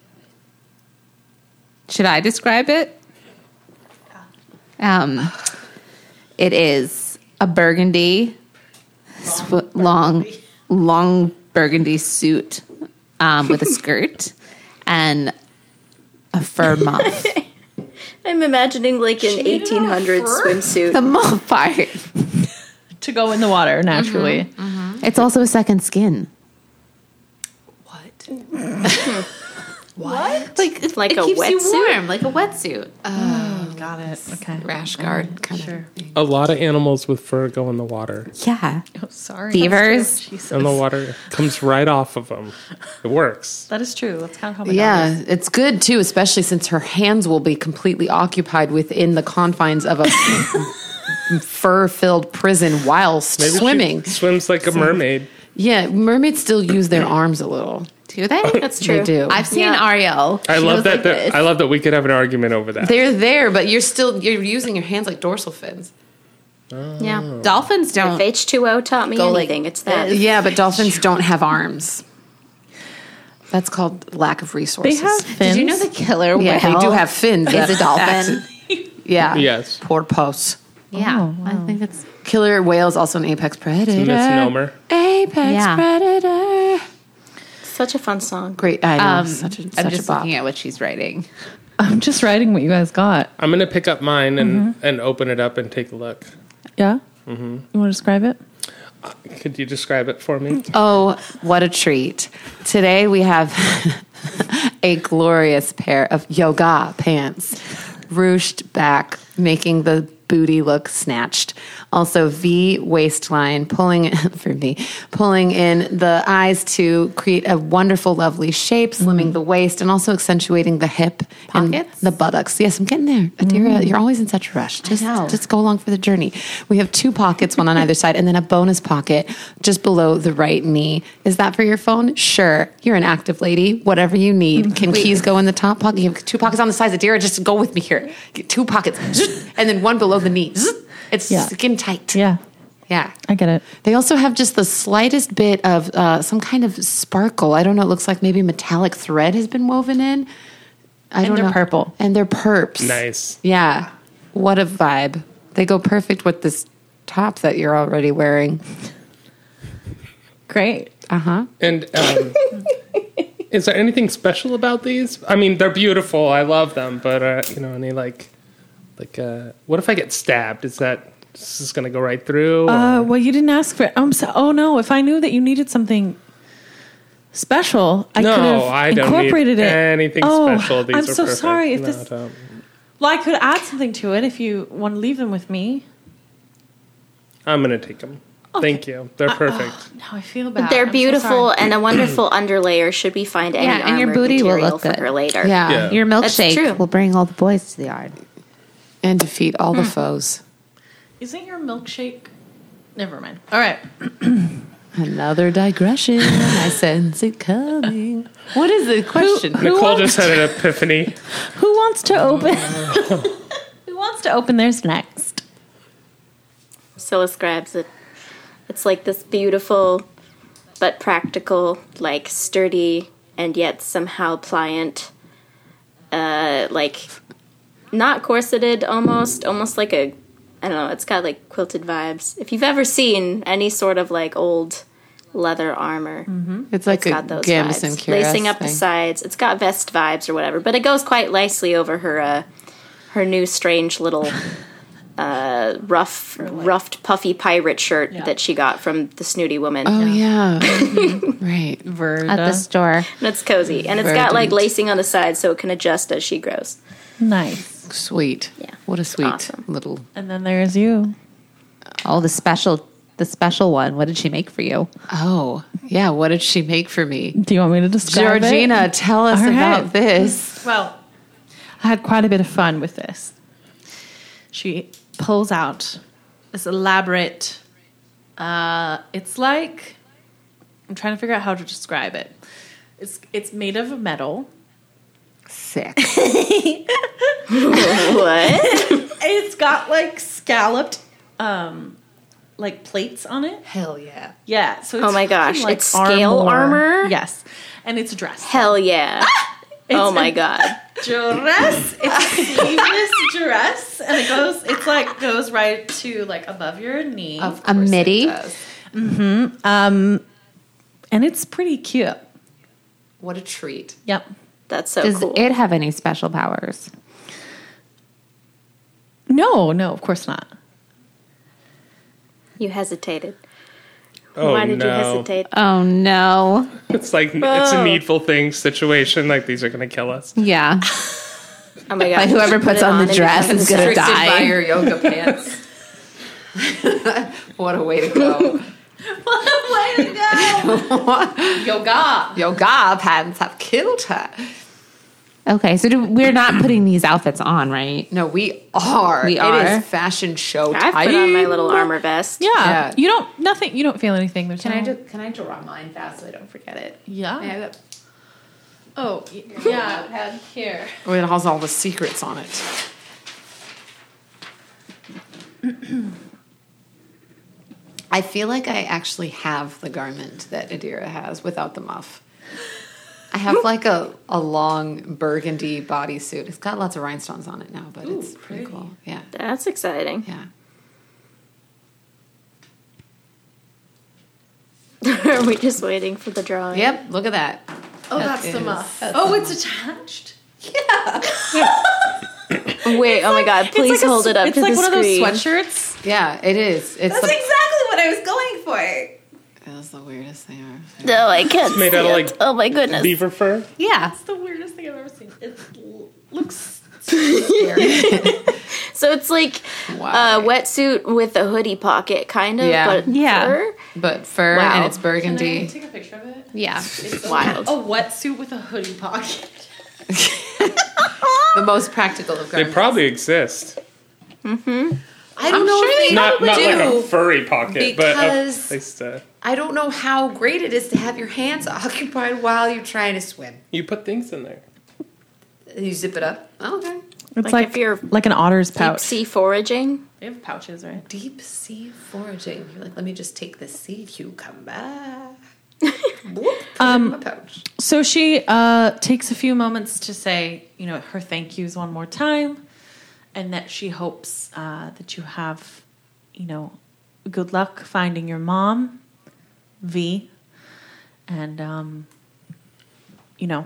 S4: Should I describe it? Um, it is a burgundy, sw- long, long burgundy suit um, with a skirt and a fur muff.
S3: I'm imagining like an 1800s swimsuit.
S4: the muff part.
S2: to go in the water naturally.
S4: It's also a second skin.
S3: What? Like, like
S4: It
S3: a
S4: keeps you
S3: wetsuit?
S4: warm, like a wetsuit.
S2: Mm-hmm. Got it. Okay.
S6: rash guard kind of.
S5: A lot of animals with fur go in the water.
S4: Yeah,
S2: Oh, sorry.
S4: Beavers.
S2: Jesus.
S5: And the water comes right off of them. It works.
S2: That is true. That's kind of how my yeah.
S6: Yeah, it's good too, especially since her hands will be completely occupied within the confines of a fur-filled prison whilst
S5: Maybe she
S6: swimming.
S5: swims like a mermaid.
S6: Yeah, mermaids still use their arms a little.
S4: do they? That's
S3: It's true.
S6: They do.
S4: I've seen
S3: Yeah.
S4: Ariel.
S5: I
S4: She
S5: love
S4: goes
S5: that,
S4: like
S5: that.
S4: this.
S5: I love that we could have an argument over that.
S6: They're there, but you're still you're using your hands like dorsal fins.
S3: Yeah.
S4: Dolphins don't.
S3: If H2O taught me
S4: Go like
S3: anything, it's that.
S6: Yeah, but dolphins don't have arms. That's called lack of
S2: They
S6: resources.
S2: have fins.
S4: Did you know the killer whale?
S6: yeah, they do have fins.
S4: Is a dolphin.
S6: Yeah.
S5: Yes.
S6: Poor post.
S4: Yeah, I think it's
S6: Killer whale is also an apex predator.
S5: Misnomer.
S6: Apex
S4: Yeah.
S6: predator.
S3: Such a fun song.
S6: Great. I know.
S4: um,
S6: such a,
S4: I'm
S6: such a
S4: just
S6: bop.
S4: looking at what she's writing.
S2: I'm just writing what you guys got.
S5: I'm gonna pick up mine and,
S4: Mm-hmm.
S5: and open it up and take a look.
S2: Yeah. You want to describe it?
S5: Could you describe it for me?
S6: Oh, what a treat. Today we have a glorious pair of yoga pants, ruched back, making the booty look snatched. Also, V waistline pulling for me, pulling in the eyes to create a wonderful, lovely shape, slimming the waist, and also accentuating the hip
S4: Pockets?
S6: and the buttocks. Yes, I'm getting there. Adira, you're always in such a rush. Just,
S4: know.
S6: just go along for the journey. We have two pockets, one on either side, and then a bonus pocket just below the right knee. Is that for your phone? Sure. You're an active lady. Whatever you need. Can keys go in the top pocket? You have two pockets on the sides. Adira, just go with me here. Get two pockets, Zzz, and then one below the knee. Zzz. It's
S2: Yeah.
S6: skin tight.
S2: Yeah.
S6: Yeah.
S2: I get it.
S6: They also have just the slightest bit of uh, some kind of sparkle. I don't know. It looks like maybe metallic thread has been woven in. I don't
S2: they're
S6: know.
S2: purple.
S6: And they're perps.
S5: Nice.
S6: Yeah. What a vibe. They go perfect with this top that you're already wearing.
S2: Great.
S5: And um, is there anything special about these? I mean, they're beautiful. I love them, but uh, you know, any like, like, uh, what if I get stabbed? Is that is this gonna go right through? or-
S2: Uh, well, you didn't ask for it. I'm so. Oh no! If I knew that you needed something special, I could
S5: no,
S2: have
S5: I don't
S2: incorporated
S5: need
S2: it.
S5: anything
S2: oh,
S5: special. These
S2: I'm
S5: are
S2: so
S5: perfect.
S2: sorry. If
S5: No,
S2: this,
S5: don't.
S2: well, I could add something to it if you want to leave them with me.
S5: I'm gonna take them. Thank you. They're
S2: Uh,
S5: perfect.
S2: Now I feel bad.
S3: They're
S2: I'm so
S3: beautiful and a wonderful underlayer should we find any
S4: Yeah, and your
S3: armored
S4: booty will
S3: material
S4: look
S3: for
S4: good.
S3: her later.
S6: Yeah.
S5: Yeah.
S4: Your
S3: true.
S4: milkshake will bring all the boys to the yard.
S6: And defeat all the foes.
S2: sorry. Isn't your milkshake? Never mind. All right.
S6: Another digression. I sense it coming. What is the question?
S5: Nicole just had an epiphany.
S2: Who wants to open? Who wants to open theirs next?
S3: Silas grabs it. It's like this beautiful but practical, like sturdy and yet somehow pliant, uh, like not corseted almost, almost like a, I don't know, it's got like quilted vibes. If you've ever seen any sort of like old leather armor,
S6: It's like
S3: it's got
S6: a
S3: those
S6: gamison
S3: vibes. Lacing up the
S6: thing.
S3: sides. It's got vest vibes or whatever, but it goes quite nicely over her uh, her new strange little uh, rough ruffed puffy pirate shirt that she got from the snooty woman.
S6: Oh, yeah. right.
S4: At the store,
S3: And it's cozy. And it's got like lacing on the sides so it can adjust as she grows.
S2: Nice.
S6: Sweet.
S3: Yeah.
S6: What a sweet
S3: Awesome.
S6: little.
S2: And then there's you.
S4: oh the special, the special one. What did she make for you?
S6: Oh, yeah. What did she make for me?
S2: Do you want me to describe it?
S6: Georgina, tell us
S2: All right.
S6: about this.
S2: Well, I had quite a bit of fun with this. She pulls out this elaborate. Uh, it's like I'm trying to figure out how to describe it. It's it's made of metal.
S6: Sick.
S3: what?
S2: It's got like scalloped um,
S7: like plates on it.
S6: Hell yeah.
S7: Yeah. So it's
S3: Oh my gosh,
S7: freaking, like,
S3: it's scale armor?
S7: Yes, and it's a dress.
S3: Hell yeah.
S2: Ah!
S3: oh my god.
S7: Dress. It's a sleeveless dress, and it goes. It's like goes right to like above your knee,
S4: A midi.
S7: Mm-hmm. Um, and it's pretty cute.
S6: What a treat.
S7: Yep.
S3: That's so
S4: Does
S3: cool.
S4: it have any special powers?
S7: No, no, of course not.
S3: you hesitated.
S5: Oh,
S3: Why did
S5: no.
S3: you hesitate?
S4: Oh no.
S5: It's like it's
S2: Oh.
S5: a needful thing situation. Like these are gonna kill us.
S4: Yeah.
S3: Oh my god.
S4: Like whoever
S3: Put
S4: puts
S3: it
S4: on the
S3: and
S4: dress
S3: becomes
S4: is gonna
S3: distracted
S4: die.
S6: By your yoga pants. what a way to go.
S7: Yoga.
S6: Yoga pants have killed her.
S4: Okay, so do, we're not putting these outfits on, right?
S6: No, we are.
S4: We
S6: It
S4: are.
S6: is fashion show
S3: I've
S6: time.
S3: put on my little armor vest.
S2: Yeah.
S6: Yeah.
S2: You don't, nothing, you don't feel anything. There's no,
S8: just can I draw mine fast so I don't forget it?
S2: yeah.
S8: that
S2: Oh, y- yeah. Head here.
S6: Oh, it has all the secrets on it. I feel like I actually have the garment that Adira has without the muff. I have like a, a long burgundy bodysuit. It's got lots of rhinestones on it now, but it's pretty, cool. Yeah,
S3: That's exciting.
S6: yeah.
S3: Are we just waiting for the drawing?
S6: Yep, look at that.
S2: Oh, that's the muff. oh, it's attached.
S3: Wait, oh my god, please
S2: it's like
S3: hold
S2: a,
S3: it up
S2: It's
S3: to
S2: like
S3: the
S2: one
S3: screen.
S2: of those sweatshirts.
S6: Yeah, it is. It's the,
S9: exactly what I was going for.
S6: that's the weirdest thing I've ever seen.
S3: No, I can't
S5: made
S3: see
S5: out of,
S3: it.
S5: like,
S3: oh my goodness.
S5: Beaver fur.
S4: Yeah.
S7: It's the weirdest thing I've ever seen. It l- looks.
S3: So it's like
S6: Why?
S3: a wetsuit with a hoodie pocket, kind of.
S6: Yeah.
S3: But
S4: Yeah.
S3: fur?
S6: But fur
S3: Wow.
S6: and it's burgundy.
S7: take a picture of it?
S4: Yeah.
S3: Wild.
S7: A
S2: Oh,
S7: wetsuit with a hoodie pocket.
S6: the most practical of
S5: They
S6: garments.
S5: probably exist.
S6: I don't know if they
S5: Not not
S6: do.
S5: like a furry pocket, but a,
S6: because-
S5: at least, uh,
S6: I don't know how great it is to have your hands occupied while you're trying to swim.
S5: you put things in there.
S6: You zip it up. Oh, okay.
S2: It's
S3: Like,
S2: like,
S3: if you're
S2: like an otter's
S3: deep
S2: pouch.
S3: sea foraging.
S7: They have pouches, right?
S6: Deep sea foraging. You're like, let me just take this sea cucumber. Whoop, put it in my pouch.
S2: So she uh, takes a few moments to say, you know, her thank yous one more time, and that she hopes uh, that you have, you know, good luck finding your mom, V, and um, you know,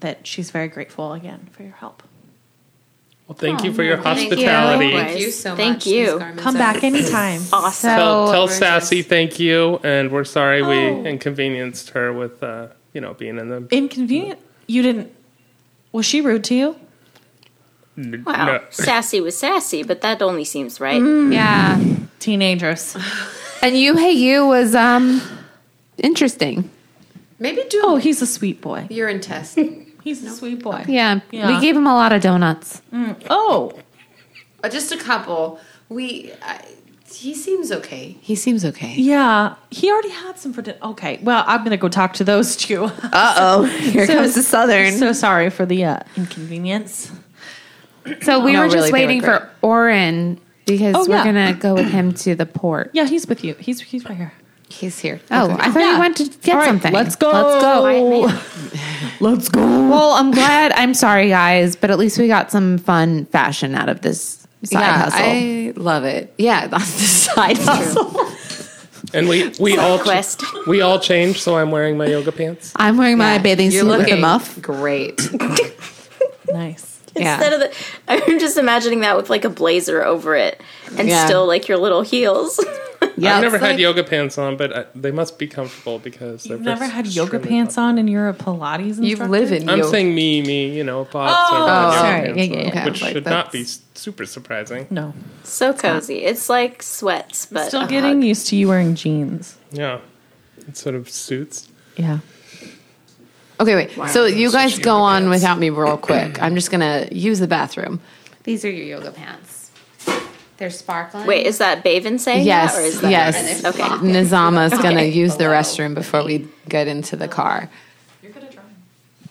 S2: that she's very grateful again for your help.
S5: Well, thank you for your
S6: Thank you.
S5: hospitality.
S3: Likewise.
S6: Thank you so
S3: Thank
S6: much.
S3: you.
S6: These garments
S2: Come
S6: are-
S2: back anytime.
S3: Awesome.
S5: Tell,
S4: So
S5: tell
S6: gorgeous.
S5: Sassy thank you, and we're sorry
S2: Oh.
S5: we inconvenienced her with uh, you know being in the
S2: Inconvenient. You didn't. Was she rude to you?
S3: Wow.
S5: No.
S3: Sassy was sassy, but that only seems right.
S2: Mm.
S4: Yeah.
S2: Teenagers.
S4: And you hey you was um interesting.
S6: Maybe do
S2: Oh, he's a sweet boy.
S6: urine test.
S2: He's a sweet boy.
S4: Yeah.
S2: Yeah.
S4: We gave him a lot of donuts.
S2: Oh,
S6: Uh, just a couple. We. I, he seems okay. He seems okay.
S2: Yeah, he already had some for dinner. Okay, well, I'm gonna go talk to those two.
S4: Uh oh. Here comes the southern.
S2: So sorry for the uh, inconvenience.
S4: So we
S6: No,
S4: were
S6: really, they
S4: just
S6: were
S4: waiting for Oren because
S2: Oh,
S4: we're
S2: yeah.
S4: gonna go with him to the port.
S2: Yeah, he's with you. He's he's right here.
S6: He's here.
S4: Oh, I thought
S2: Yeah.
S4: you went to get
S2: All right,
S4: something.
S2: let's go.
S4: Let's go.
S2: Let's go.
S4: Well, I'm glad. I'm sorry, guys, but at least we got some fun fashion out of this side
S6: yeah,
S4: hustle.
S6: I love it. Yeah, that's the side hustle.
S5: And we we all ch-
S3: Quest.
S5: we all changed, so I'm wearing my yoga pants.
S4: I'm wearing my
S6: Yeah,
S4: bathing
S6: you're
S4: suit with a
S6: looking
S4: muff.
S6: Great.
S2: Nice.
S6: yeah.
S3: Instead of the, I'm just imagining that with like a blazer over it, and
S6: Yeah.
S3: still like your little heels.
S4: Yeah,
S5: I've never
S4: it's
S5: had
S4: like-
S5: you've
S4: yoga.
S5: pants on, but I, they must be comfortable because they've
S2: Never had yoga pants on, and you're a Pilates instructor.
S6: You live in
S5: I'm
S6: yoga.
S5: saying me, me, you know, pops. I've
S2: Oh,
S5: had yoga
S2: sorry.
S5: pants
S2: Yeah, yeah,
S5: on,
S2: yeah.
S5: Which
S6: Like,
S5: should not be
S6: that's-
S5: s- super surprising.
S2: No,
S3: so cozy. It's like sweats, but
S2: still
S3: a
S2: getting
S3: hug.
S2: used to you wearing jeans.
S5: Yeah, it sort of suits.
S2: Yeah.
S6: Okay, wait. So you guys go on without me real quick. I'm just gonna use the bathroom.
S4: These are your yoga pants. They're sparkling.
S3: Wait, is that Bavin saying
S6: Yes,
S3: that, or is that
S6: yes.
S3: Okay.
S6: Nizama's gonna use the restroom before we get into the car. You're gonna try.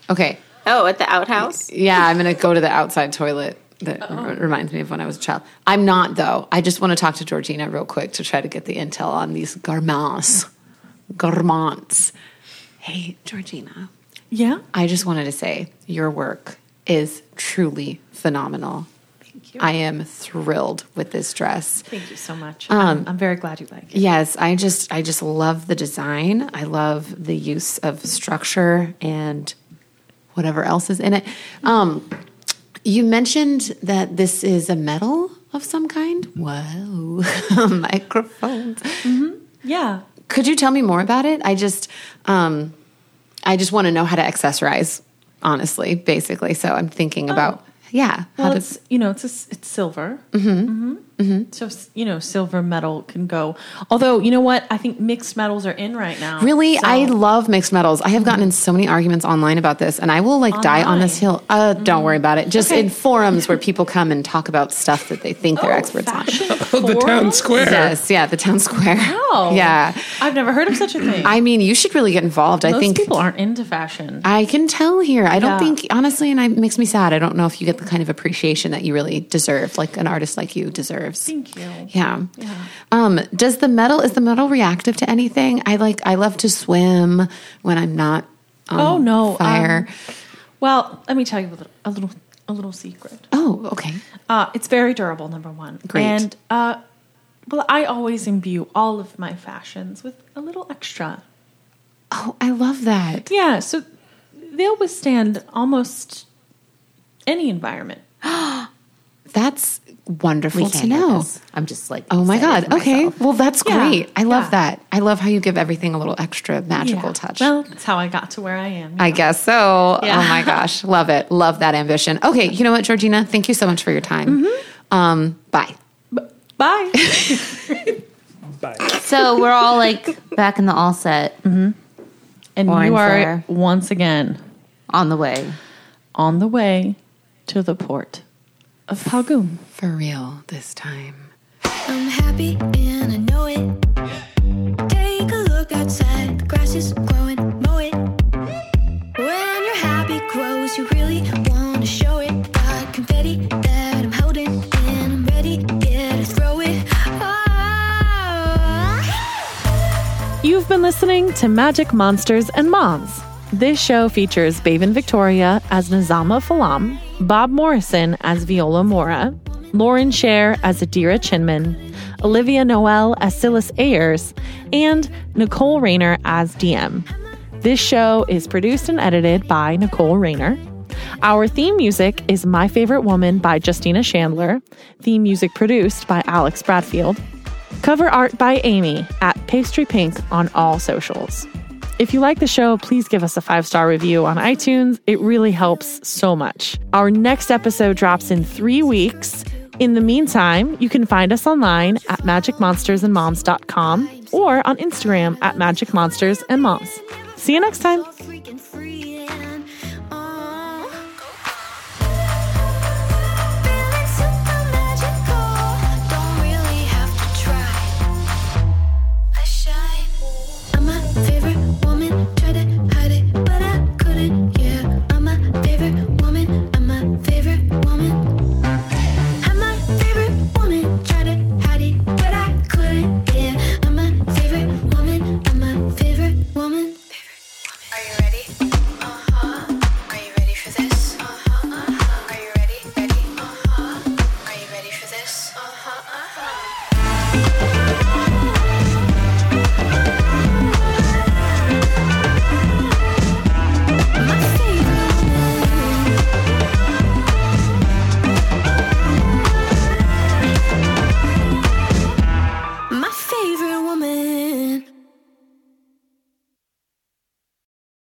S6: Okay.
S3: Oh, at the outhouse.
S6: Yeah, I'm gonna go to the outside toilet. that r- reminds me of when I was a child. I'm not though. I just want to talk to Georgina real quick to try to get the intel on these garments. Garments. Hey, Georgina.
S2: Yeah.
S6: I just wanted to say your work is truly phenomenal. Thank you. I am thrilled with this dress.
S2: Thank you so much. Um, I'm very glad you like it.
S6: Yes, I just I just love the design. I love the use of structure and whatever else is in it. Um, you mentioned that this is a metal of some kind. Whoa, microphones!
S2: Yeah.
S6: Could you tell me more about it? I just um, I just want to know how to accessorize, honestly, basically. So I'm thinking about yeah,
S2: Oh.
S6: how
S2: Well,
S6: to-
S2: it's you know it's a s it's silver. Mm-hmm. Mm-hmm. So s- you know silver metal can go. Although you know what I think mixed metals are in right now.
S6: Really,
S2: So-
S6: I love mixed metals. I have gotten in so many arguments online about this, and I will like die on this hill. Uh, Don't worry about it. Just in forums where people come and talk about stuff that they think they're experts
S2: Oh, fashion
S5: Oh, the town
S2: forums?
S5: square.
S6: on. Yes, yeah, the town square.
S2: Wow.
S6: Yeah,
S2: I've never heard of such a thing.
S6: I mean, you should really get involved. I
S2: Most
S6: think
S2: people aren't into fashion.
S6: I can tell here. I don't
S2: Yeah.
S6: think honestly, and I, it makes me sad. I don't know if you get the kind of appreciation that you really deserve, like an artist like you deserves.
S2: Thank you.
S6: Yeah. Um, does the metal is the metal reactive to anything? I like I love to swim when I'm not on
S2: Oh, no, um,
S6: fire.
S2: Well, let me tell you a little a little, a little secret.
S6: oh, okay.
S2: Uh, it's very durable, number one.
S6: Great.
S2: And uh, well, I always imbue all of my fashions with a little extra.
S6: Oh, I love that.
S2: Yeah, so they'll withstand almost any environment.
S6: That's wonderful
S4: We
S6: to
S4: can't hear
S6: know.
S4: this. I'm just like,
S6: Oh my
S4: excited
S6: god.
S4: for
S6: Okay.
S4: myself.
S6: Well, that's
S2: Yeah,
S6: great. I love
S2: yeah.
S6: that. I love how you give everything a little extra magical
S2: Yeah.
S6: touch.
S2: Well, that's how I got to where I am.
S6: I guess so.
S2: Yeah.
S6: Oh my gosh. Love it. Love that ambition. Okay, you know what, Georgina? Thank you so much for your time. Um, bye.
S2: Bye.
S4: So we're all like back in the all set
S2: and
S4: Orange
S2: you are
S4: there.
S2: once again
S4: on the way.
S2: on the way to the port of Palgoon.
S6: For real this time.
S10: I'm happy and I know it. Take a look outside, the grass is growing, mow it. When your happy grows, you really wanna show it. Got confetti that I'm holding, and I'm ready, yeah, to throw it. Ah. Oh.
S2: You've been listening to Magic Monsters and Moms. This show features Baven Victoria as Nazama Falam, Bob Morrison as Viola Mora, Lauren Scher as Adira Chinman, Olivia Noel as Silas Ayers, and Nicole Rayner as DM. This show is produced and edited by Nicole Rayner. Our theme music is My Favorite Woman by Justina Chandler, theme music produced by Alex Bradfield, cover art by Amy at Pastry Pink on all socials. If you like the show, please give us a five star review on iTunes. It really helps so much. Our next episode drops in three weeks. In the meantime, you can find us online at magicmonstersandmoms.com or on Instagram at magicmonstersandmoms. See you next time.
S10: Uh-huh. Uh-huh.